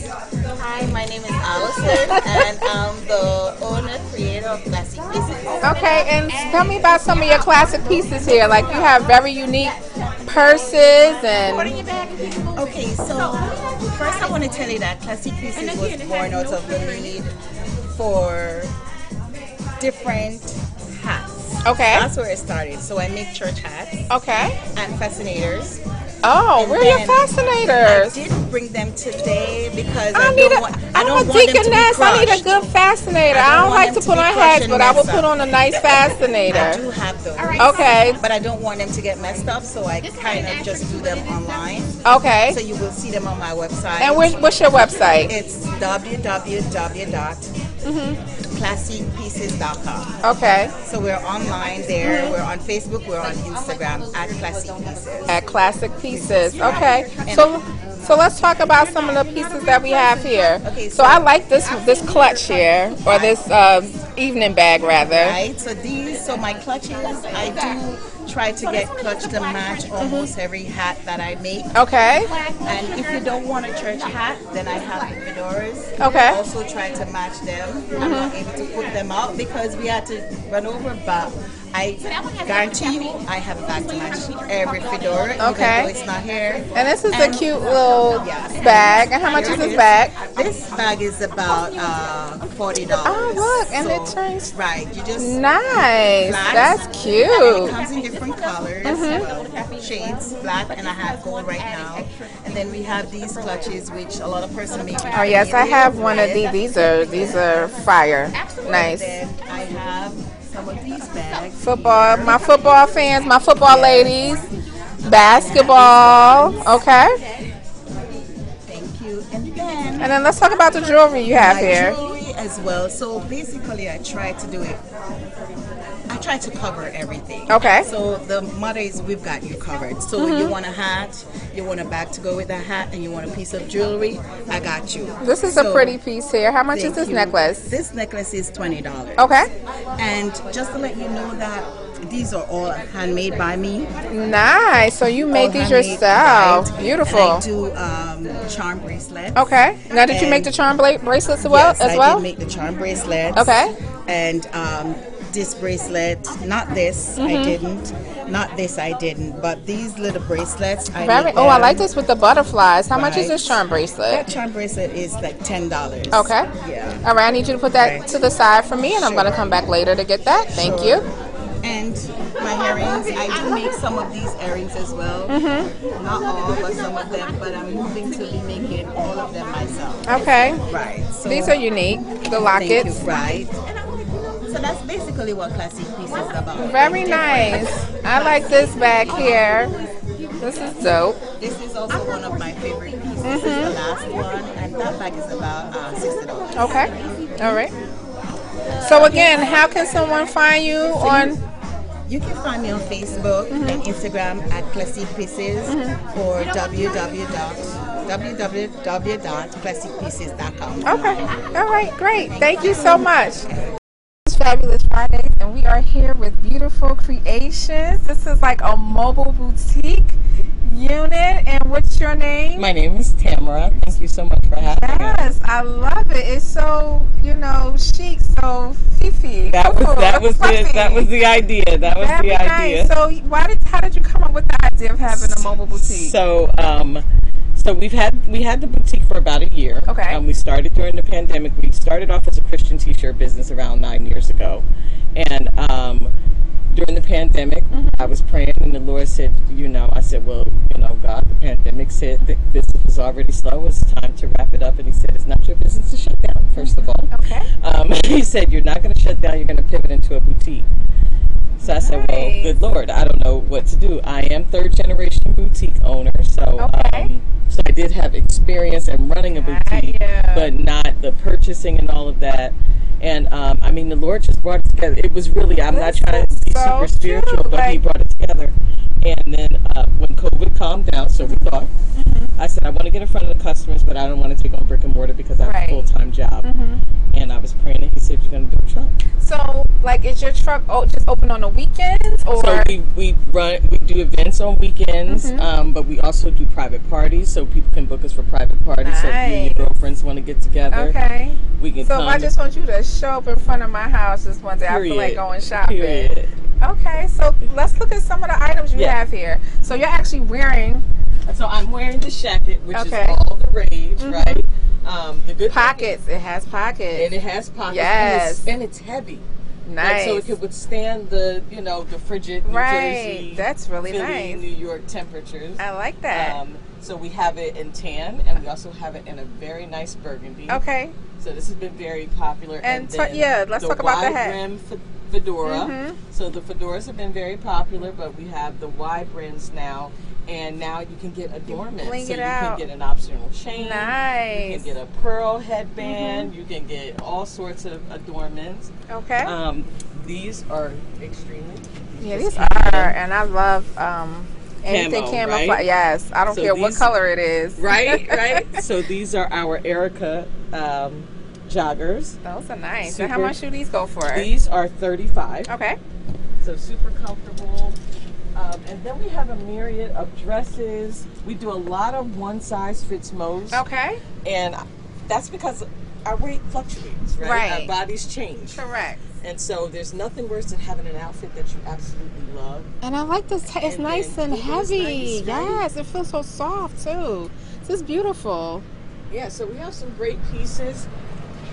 Speaker 15: Hi, my name is Allison, and I'm the owner, creator of Classic Pieces.
Speaker 1: Okay, and tell me about some of your classic pieces here. Like you have very unique purses and
Speaker 15: Okay, so first I want to tell you that Classic Pieces was born out of the need for different hats.
Speaker 1: Okay.
Speaker 15: That's where it started. So I make church hats.
Speaker 1: Okay.
Speaker 15: And fascinators.
Speaker 1: Oh,
Speaker 15: And
Speaker 1: where are your
Speaker 15: then
Speaker 1: fascinators?
Speaker 15: I did bring them today because I,
Speaker 1: I need a.
Speaker 15: don't want, I don't
Speaker 1: I'm a
Speaker 15: want them to be
Speaker 1: deaconess. I need a
Speaker 15: crushed.
Speaker 1: good fascinator.
Speaker 15: I don't
Speaker 1: I don't
Speaker 15: want
Speaker 1: like
Speaker 15: them
Speaker 1: to
Speaker 15: to
Speaker 1: put
Speaker 15: be
Speaker 1: on
Speaker 15: crushed
Speaker 1: hats,
Speaker 15: and
Speaker 1: but I will
Speaker 15: messed
Speaker 1: put
Speaker 15: up.
Speaker 1: on a nice
Speaker 15: I do
Speaker 1: fascinator.
Speaker 15: have them.
Speaker 1: Okay.
Speaker 15: But I don't want them to get messed up, so I kind of just do them online.
Speaker 1: Okay.
Speaker 15: So you will see them on my website.
Speaker 1: And where- what's your website?
Speaker 15: It's www.classicpieces.com.
Speaker 1: Mm-hmm. Okay.
Speaker 15: So we're online there.
Speaker 1: Mhm.
Speaker 15: We're on Facebook. We're on Instagram at Classic Pieces.
Speaker 1: At Classic Pieces. Okay.
Speaker 15: And-
Speaker 1: So so let's talk about some of the pieces that we have here. So I like this this clutch here or this um, evening bag rather.
Speaker 15: Right. So these, so my clutches, I do try to get clutch to match almost every hat that I make.
Speaker 1: Okay.
Speaker 15: And if you don't want a church hat, then I have the fedoras.
Speaker 1: Okay. Mm-hmm.
Speaker 15: Also try to match them. I'm not able to put them out because we had to run over, but I guarantee you, I have a back to match every fedora. even
Speaker 1: Okay.
Speaker 15: though it's not here.
Speaker 1: And this is a cute little bag. And how much is this bag?
Speaker 15: This bag is about uh, forty dollars.
Speaker 1: Oh, look, and it
Speaker 15: turns right. You just
Speaker 1: Nice.
Speaker 15: Black.
Speaker 1: That's
Speaker 15: And It
Speaker 1: cute.
Speaker 15: comes in different colors,
Speaker 1: Mhm.
Speaker 15: uh, shades, black, and I have gold right now. And then we have these clutches, which a lot of person make.
Speaker 1: Oh yes, I have one of these. These are these are fire. Nice.
Speaker 15: And then I have some of these bags.
Speaker 1: Football. My football fans. My football ladies. Basketball. Okay.
Speaker 15: Thank you. And then.
Speaker 1: And then let's talk about the jewelry you have
Speaker 15: my
Speaker 1: here.
Speaker 15: jewelry as well. So basically, I try to do it. I try to cover everything.
Speaker 1: Okay.
Speaker 15: So the motto is we've got you covered. So
Speaker 1: Mhm.
Speaker 15: you want a hat, you want a bag to go with that hat, and you want a piece of jewelry. I got you.
Speaker 1: This is a
Speaker 15: So-
Speaker 1: pretty piece here. How much is
Speaker 15: Thank
Speaker 1: this
Speaker 15: you.
Speaker 1: necklace?
Speaker 15: This necklace is twenty dollars.
Speaker 1: Okay.
Speaker 15: And just to let you know that These are all handmade by me.
Speaker 1: Nice. So you made
Speaker 15: All
Speaker 1: these
Speaker 15: handmade,
Speaker 1: yourself.
Speaker 15: right.
Speaker 1: Beautiful.
Speaker 15: And I do um, charm bracelets.
Speaker 1: Okay. Now, did you make
Speaker 15: And-
Speaker 1: the charm bla- bracelets as well?
Speaker 15: Yes,
Speaker 1: as
Speaker 15: I
Speaker 1: well?
Speaker 15: did make the charm bracelets.
Speaker 1: Okay.
Speaker 15: And um, this bracelet, not this, I
Speaker 1: Mhm.
Speaker 15: didn't. Not this, I didn't. But these little bracelets, I
Speaker 1: Very.
Speaker 15: made
Speaker 1: Oh, I
Speaker 15: them.
Speaker 1: like this with the butterflies. How much is
Speaker 15: Right.
Speaker 1: this charm bracelet? Oh.
Speaker 15: That charm bracelet is like ten dollars.
Speaker 1: Okay.
Speaker 15: Yeah.
Speaker 1: All right. I need you to put that to the side for me, and I'm gonna come back later to get that. Thank
Speaker 15: Sure.
Speaker 1: you.
Speaker 15: And my earrings, I do make some of these earrings as well.
Speaker 1: Mhm.
Speaker 15: Not all, but some of them. But I'm moving to be making all of them myself.
Speaker 1: Okay.
Speaker 15: Right. so-
Speaker 1: These are unique. The
Speaker 15: Thank you,
Speaker 1: lockets.
Speaker 15: Right. So that's basically what classic piece is about.
Speaker 1: Very nice. I like this back here. This is dope.
Speaker 15: This is also one of my favorite pieces. This is the
Speaker 1: Mm-hmm.
Speaker 15: last one, and that bag is about uh, sixty dollars.
Speaker 1: Okay. All right. So again, how can someone find you on? Mm-hmm.
Speaker 15: You can find me on Facebook and Instagram at Classic Pieces or www.www.classicpieces.com.
Speaker 1: Okay. All right. Great. Oh, Thank you so much. It's Fabulous Fridays, and we are here with Beautiful Creations. This is like a mobile boutique unit. And what's your name?
Speaker 16: My name is Tamara. Thank you so much for having me.
Speaker 1: Yes, I love it. It's so you know chic, so fifi.
Speaker 16: That was
Speaker 1: cool,
Speaker 16: that was the
Speaker 1: fluffy.
Speaker 16: that was the idea. That was
Speaker 1: Very
Speaker 16: the idea.
Speaker 1: Nice. So why did how did you come up with the idea of having a mobile boutique?
Speaker 16: So um, so we've had we had the boutique for about a year.
Speaker 1: Okay.
Speaker 16: Um, we started during the pandemic. We started off as a Christian T-shirt business around nine years ago, and um, during the pandemic,
Speaker 1: Mm-hmm.
Speaker 16: I was praying, and the Lord said, you know, I said, well, you know, God, the pandemic said the business was already slow. It's time to wrap it up, and He said, it's not your business to shut down. First of all,
Speaker 1: Mm-hmm. okay.
Speaker 16: Um, he said, you're not going to shut down. You're going to pivot into a boutique. So I said, well, good Lord, I don't know what to do. I am third generation boutique owner, so um, so I did have experience in running a boutique, but not the purchasing and all of that. And um, I mean, the Lord just brought it together. It was really, I'm not trying to be super spiritual, but He brought it together. And then uh, when COVID calmed down, so we thought, I said, I want to get in front of the customers, but I don't want to take on brick and mortar because I have
Speaker 1: Right.
Speaker 16: a full time job.
Speaker 1: Mhm.
Speaker 16: And I was praying, and He said, You're going to do a truck.
Speaker 1: So like, is your truck o- just open on the weekends or?
Speaker 16: So we, we run we do events on weekends,
Speaker 1: Mhm.
Speaker 16: um, but we also do private parties, so people can book us for private parties. So if you and
Speaker 1: Nice.
Speaker 16: your girlfriends want to get together,
Speaker 1: Okay.
Speaker 16: we can.
Speaker 1: So if
Speaker 16: come
Speaker 1: I just want you to show up in front of my house this one day, I feel like
Speaker 16: Period.
Speaker 1: going shopping.
Speaker 16: Period.
Speaker 1: Okay, so let's look at some of the items you
Speaker 16: Yeah.
Speaker 1: have here. So you're actually wearing.
Speaker 16: So I'm wearing this jacket, which is
Speaker 1: okay. Mm-hmm.
Speaker 16: all the rage, right? Um, the good
Speaker 1: pockets. It has pockets.
Speaker 16: And it has pockets.
Speaker 1: Yes.
Speaker 16: and it's, and it's heavy. Like,
Speaker 1: Nice.
Speaker 16: so it could withstand the you know the frigid New
Speaker 1: Right.
Speaker 16: Jersey,
Speaker 1: That's really
Speaker 16: Philly,
Speaker 1: nice.
Speaker 16: New York temperatures.
Speaker 1: I like that.
Speaker 16: Um, so we have it in tan, and we also have it in a very nice burgundy.
Speaker 1: Okay.
Speaker 16: So this has been very popular.
Speaker 1: And
Speaker 16: And,
Speaker 1: ta-
Speaker 16: then
Speaker 1: yeah, let's
Speaker 16: the
Speaker 1: talk about the
Speaker 16: wide
Speaker 1: hat.
Speaker 16: Rim fe- fedora.
Speaker 1: Mhm.
Speaker 16: So the fedoras have been very popular, but we have the wide rims now. And now you can get adornment.
Speaker 1: bling
Speaker 16: so
Speaker 1: it
Speaker 16: you
Speaker 1: out.
Speaker 16: can get an optional chain. You
Speaker 1: Nice. Mm-hmm.
Speaker 16: can get a pearl headband. You can get all sorts of adornments.
Speaker 1: Okay.
Speaker 16: Um, these are extremely.
Speaker 1: Yeah,
Speaker 16: just
Speaker 1: these
Speaker 16: cute.
Speaker 1: are, and I love um, anything
Speaker 16: Camo,
Speaker 1: camouflage.
Speaker 16: right?
Speaker 1: Yes, I don't
Speaker 16: So
Speaker 1: care what
Speaker 16: these-
Speaker 1: color it is.
Speaker 16: Right, right. so these are our Erica um, joggers.
Speaker 1: Those are nice. And how much do these go for?
Speaker 16: These are thirty-five.
Speaker 1: Okay.
Speaker 16: So super comfortable. Um, and then we have a myriad of dresses. We do a lot of one size fits most.
Speaker 1: Okay.
Speaker 16: And that's because our weight fluctuates, right?
Speaker 1: Right.
Speaker 16: Our bodies change.
Speaker 1: Correct.
Speaker 16: And so there's nothing worse than having an outfit that you absolutely love.
Speaker 1: And I like this. It's nice and heavy.
Speaker 16: nice, right?
Speaker 1: Yes, it feels so soft too. This is beautiful.
Speaker 16: Yeah, so we have some great pieces.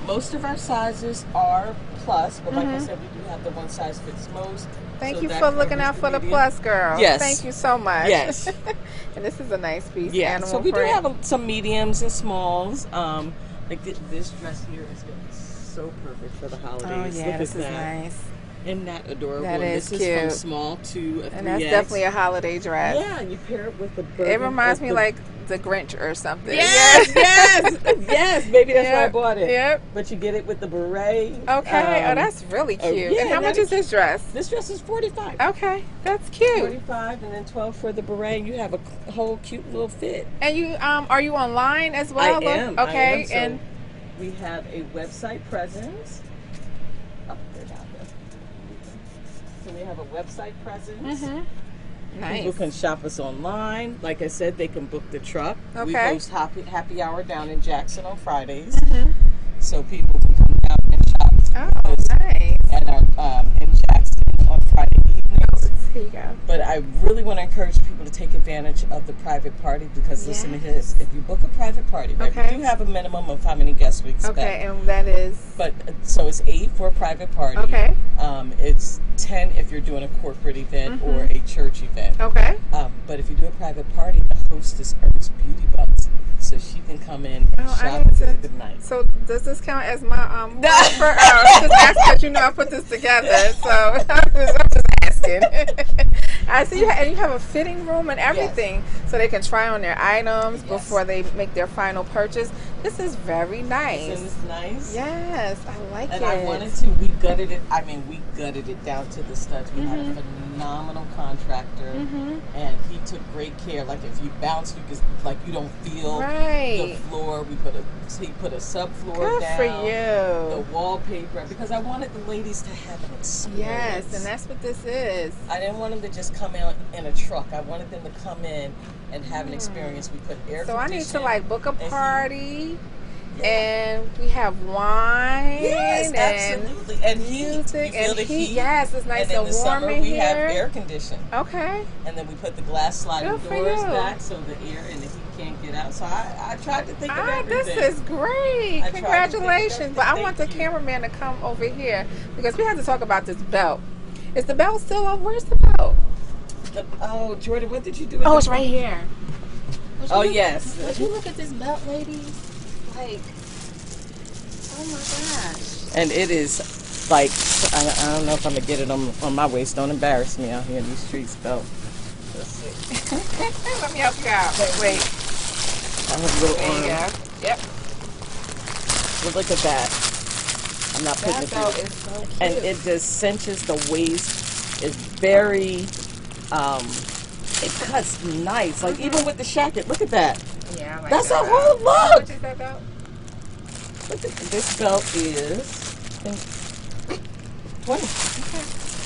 Speaker 16: Most of our sizes are plus, but like I
Speaker 1: Mhm.
Speaker 16: said, we do have the one size fits most.
Speaker 1: Thank
Speaker 16: So
Speaker 1: you
Speaker 16: that
Speaker 1: for looking
Speaker 16: covers
Speaker 1: out for the
Speaker 16: medium.
Speaker 1: plus, girl.
Speaker 16: Yes.
Speaker 1: Thank you so much.
Speaker 16: Yes.
Speaker 1: and this is a nice piece.
Speaker 16: Yeah,
Speaker 1: Animal
Speaker 16: so we
Speaker 1: print.
Speaker 16: do have a, some mediums and smalls. Um, like thi- this dress here is going to be so perfect for the holidays.
Speaker 1: yeah,
Speaker 16: Look
Speaker 1: this
Speaker 16: at
Speaker 1: is
Speaker 16: that.
Speaker 1: Oh, nice.
Speaker 16: Isn't that adorable?
Speaker 1: That
Speaker 16: And
Speaker 1: is
Speaker 16: this
Speaker 1: cute.
Speaker 16: is from small to a 3X.
Speaker 1: and that's definitely a holiday dress.
Speaker 16: Yeah, and you pair it with the
Speaker 1: It
Speaker 16: burgundy-
Speaker 1: reminds
Speaker 16: with
Speaker 1: me
Speaker 16: the-
Speaker 1: like the Grinch or something.
Speaker 16: Yes, yes, yes. Maybe that's why I
Speaker 1: Yep,
Speaker 16: bought it.
Speaker 1: Yep.
Speaker 16: But you get it with the beret. Um, Okay.
Speaker 1: Okay. oh, that's really cute. and how much is this dress?
Speaker 16: This dress is forty-five.
Speaker 1: Okay, that's cute.
Speaker 16: Forty-five, and then twelve for the beret. You have a c- whole cute little fit.
Speaker 1: And you um are you online as well?
Speaker 16: I
Speaker 1: Look-
Speaker 16: am. I
Speaker 1: Okay.
Speaker 16: am. So
Speaker 1: And
Speaker 16: we have a website presence. Oh, they're down there. and they have a website presence. People
Speaker 3: Nice.
Speaker 16: can shop us online. Like I said, they can book the truck. We
Speaker 3: Okay.
Speaker 16: host happy, happy hour down in Jackson on Fridays.
Speaker 1: Mm-hmm.
Speaker 16: So people can come down and shop. Oh,
Speaker 1: nice.
Speaker 16: At our, um, in Jackson on Friday evenings.
Speaker 1: There you go.
Speaker 16: But I really want to encourage people to take advantage of the private party because listen to this. If you book a private party, right,
Speaker 1: Okay.
Speaker 16: we do have a minimum of how many guests we expect.
Speaker 1: Okay, and that is
Speaker 16: But uh, so it's eight for a private party.
Speaker 1: Okay.
Speaker 16: Um, it's ten if you're doing a corporate event or
Speaker 1: Mhm.
Speaker 16: a church event.
Speaker 1: Okay.
Speaker 16: Um, but if you do a private party, the hostess earns beauty bucks, so she can come in and
Speaker 1: Oh, I
Speaker 16: shop
Speaker 1: need
Speaker 16: at the end of the night.
Speaker 1: so. Does this count as my um for uh, just ask 'cause you know I put this together, so I'm just, I'm just asking. I see, you ha- and you have a fitting room and everything, so they can try on their items before they make their final purchase. This is very nice.
Speaker 16: Isn't this nice?
Speaker 1: Yes, I like
Speaker 16: and
Speaker 1: it.
Speaker 16: I wanted to. We gutted it. I mean, we gutted it down to the studs. We had a
Speaker 1: Mm-hmm.
Speaker 16: phenomenal contractor,
Speaker 1: Mhm.
Speaker 16: and he took great care. Like if you bounce, you just like you don't feel
Speaker 1: Right.
Speaker 16: the floor. We put a he put a subfloor
Speaker 1: Good
Speaker 16: down.
Speaker 1: for
Speaker 16: The
Speaker 1: you.
Speaker 16: wallpaper because I wanted the ladies to have an experience.
Speaker 1: Yes, and that's what this is.
Speaker 16: I didn't want them to just come out in a truck. I wanted them to come in and have an experience. We put air.
Speaker 1: So I need to
Speaker 16: conditioning.
Speaker 1: like book a
Speaker 16: and heat.
Speaker 1: party, and we have wine.
Speaker 16: Yes,
Speaker 1: and
Speaker 16: absolutely. And heat. You
Speaker 1: music
Speaker 16: feel
Speaker 1: and
Speaker 16: the
Speaker 1: heat.
Speaker 16: heat.
Speaker 1: Yes, it's nice
Speaker 16: and in
Speaker 1: and
Speaker 16: the
Speaker 1: warm
Speaker 16: summer,
Speaker 1: in
Speaker 16: we have
Speaker 1: here.
Speaker 16: air conditioning.
Speaker 1: Okay.
Speaker 16: And then we put the glass sliding
Speaker 1: Good for
Speaker 16: doors
Speaker 1: you.
Speaker 16: back so the air and the heat can't get out. So I, I tried to think of
Speaker 1: Ah,
Speaker 16: everything.
Speaker 1: this is
Speaker 16: I
Speaker 1: great!
Speaker 16: tried to think of
Speaker 1: Congratulations! But I want the cameraman to come over here because we have to talk about this belt. Is the belt still on? Where's the belt?
Speaker 16: The, oh, Jordan, what did you do?
Speaker 1: Oh, it's right here.
Speaker 16: Would you Oh, look- yes.
Speaker 1: Would you look at this belt, ladies? Like, oh my gosh.
Speaker 16: And it is like, I, I don't know if I'm going to get it on, on my waist. Don't embarrass me out here in these streets, though. Let's see.
Speaker 1: Let me help you out. Wait, wait.
Speaker 16: I have a little
Speaker 1: There you
Speaker 16: arm.
Speaker 1: go. Yep.
Speaker 16: But look at that. I'm not putting
Speaker 1: That
Speaker 16: it
Speaker 1: belt
Speaker 16: through.
Speaker 1: is so
Speaker 16: And
Speaker 1: cute.
Speaker 16: it just cinches the waist. It's very, um, it cuts nice. Like
Speaker 1: Mm-hmm.
Speaker 16: even with the shacket, look at that.
Speaker 1: Yeah, oh I like
Speaker 16: That's
Speaker 1: that
Speaker 16: a whole
Speaker 1: belt. How
Speaker 16: look.
Speaker 1: much is that belt?
Speaker 16: Look at this belt is. I think, Twenty.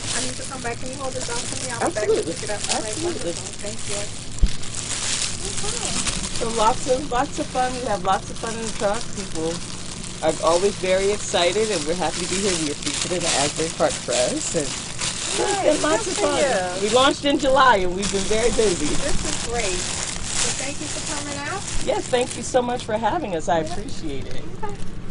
Speaker 1: I need to come back. Can you hold this out for me? I'll
Speaker 16: Absolutely.
Speaker 1: be back and pick it up. All right,
Speaker 16: Absolutely.
Speaker 1: wonderful. Thank you.
Speaker 16: So lots of lots of fun. We have lots of fun in the truck. People are always very excited, and we're happy to be here. We are featured in the Asbury Park Press, and it's been
Speaker 1: Nice.
Speaker 16: lots
Speaker 1: Good
Speaker 16: of
Speaker 1: for
Speaker 16: fun.
Speaker 1: you.
Speaker 16: We launched in July, and we've been very busy.
Speaker 1: This is great. So thank you for coming out.
Speaker 16: Yes, thank you so much for having us. I appreciate it.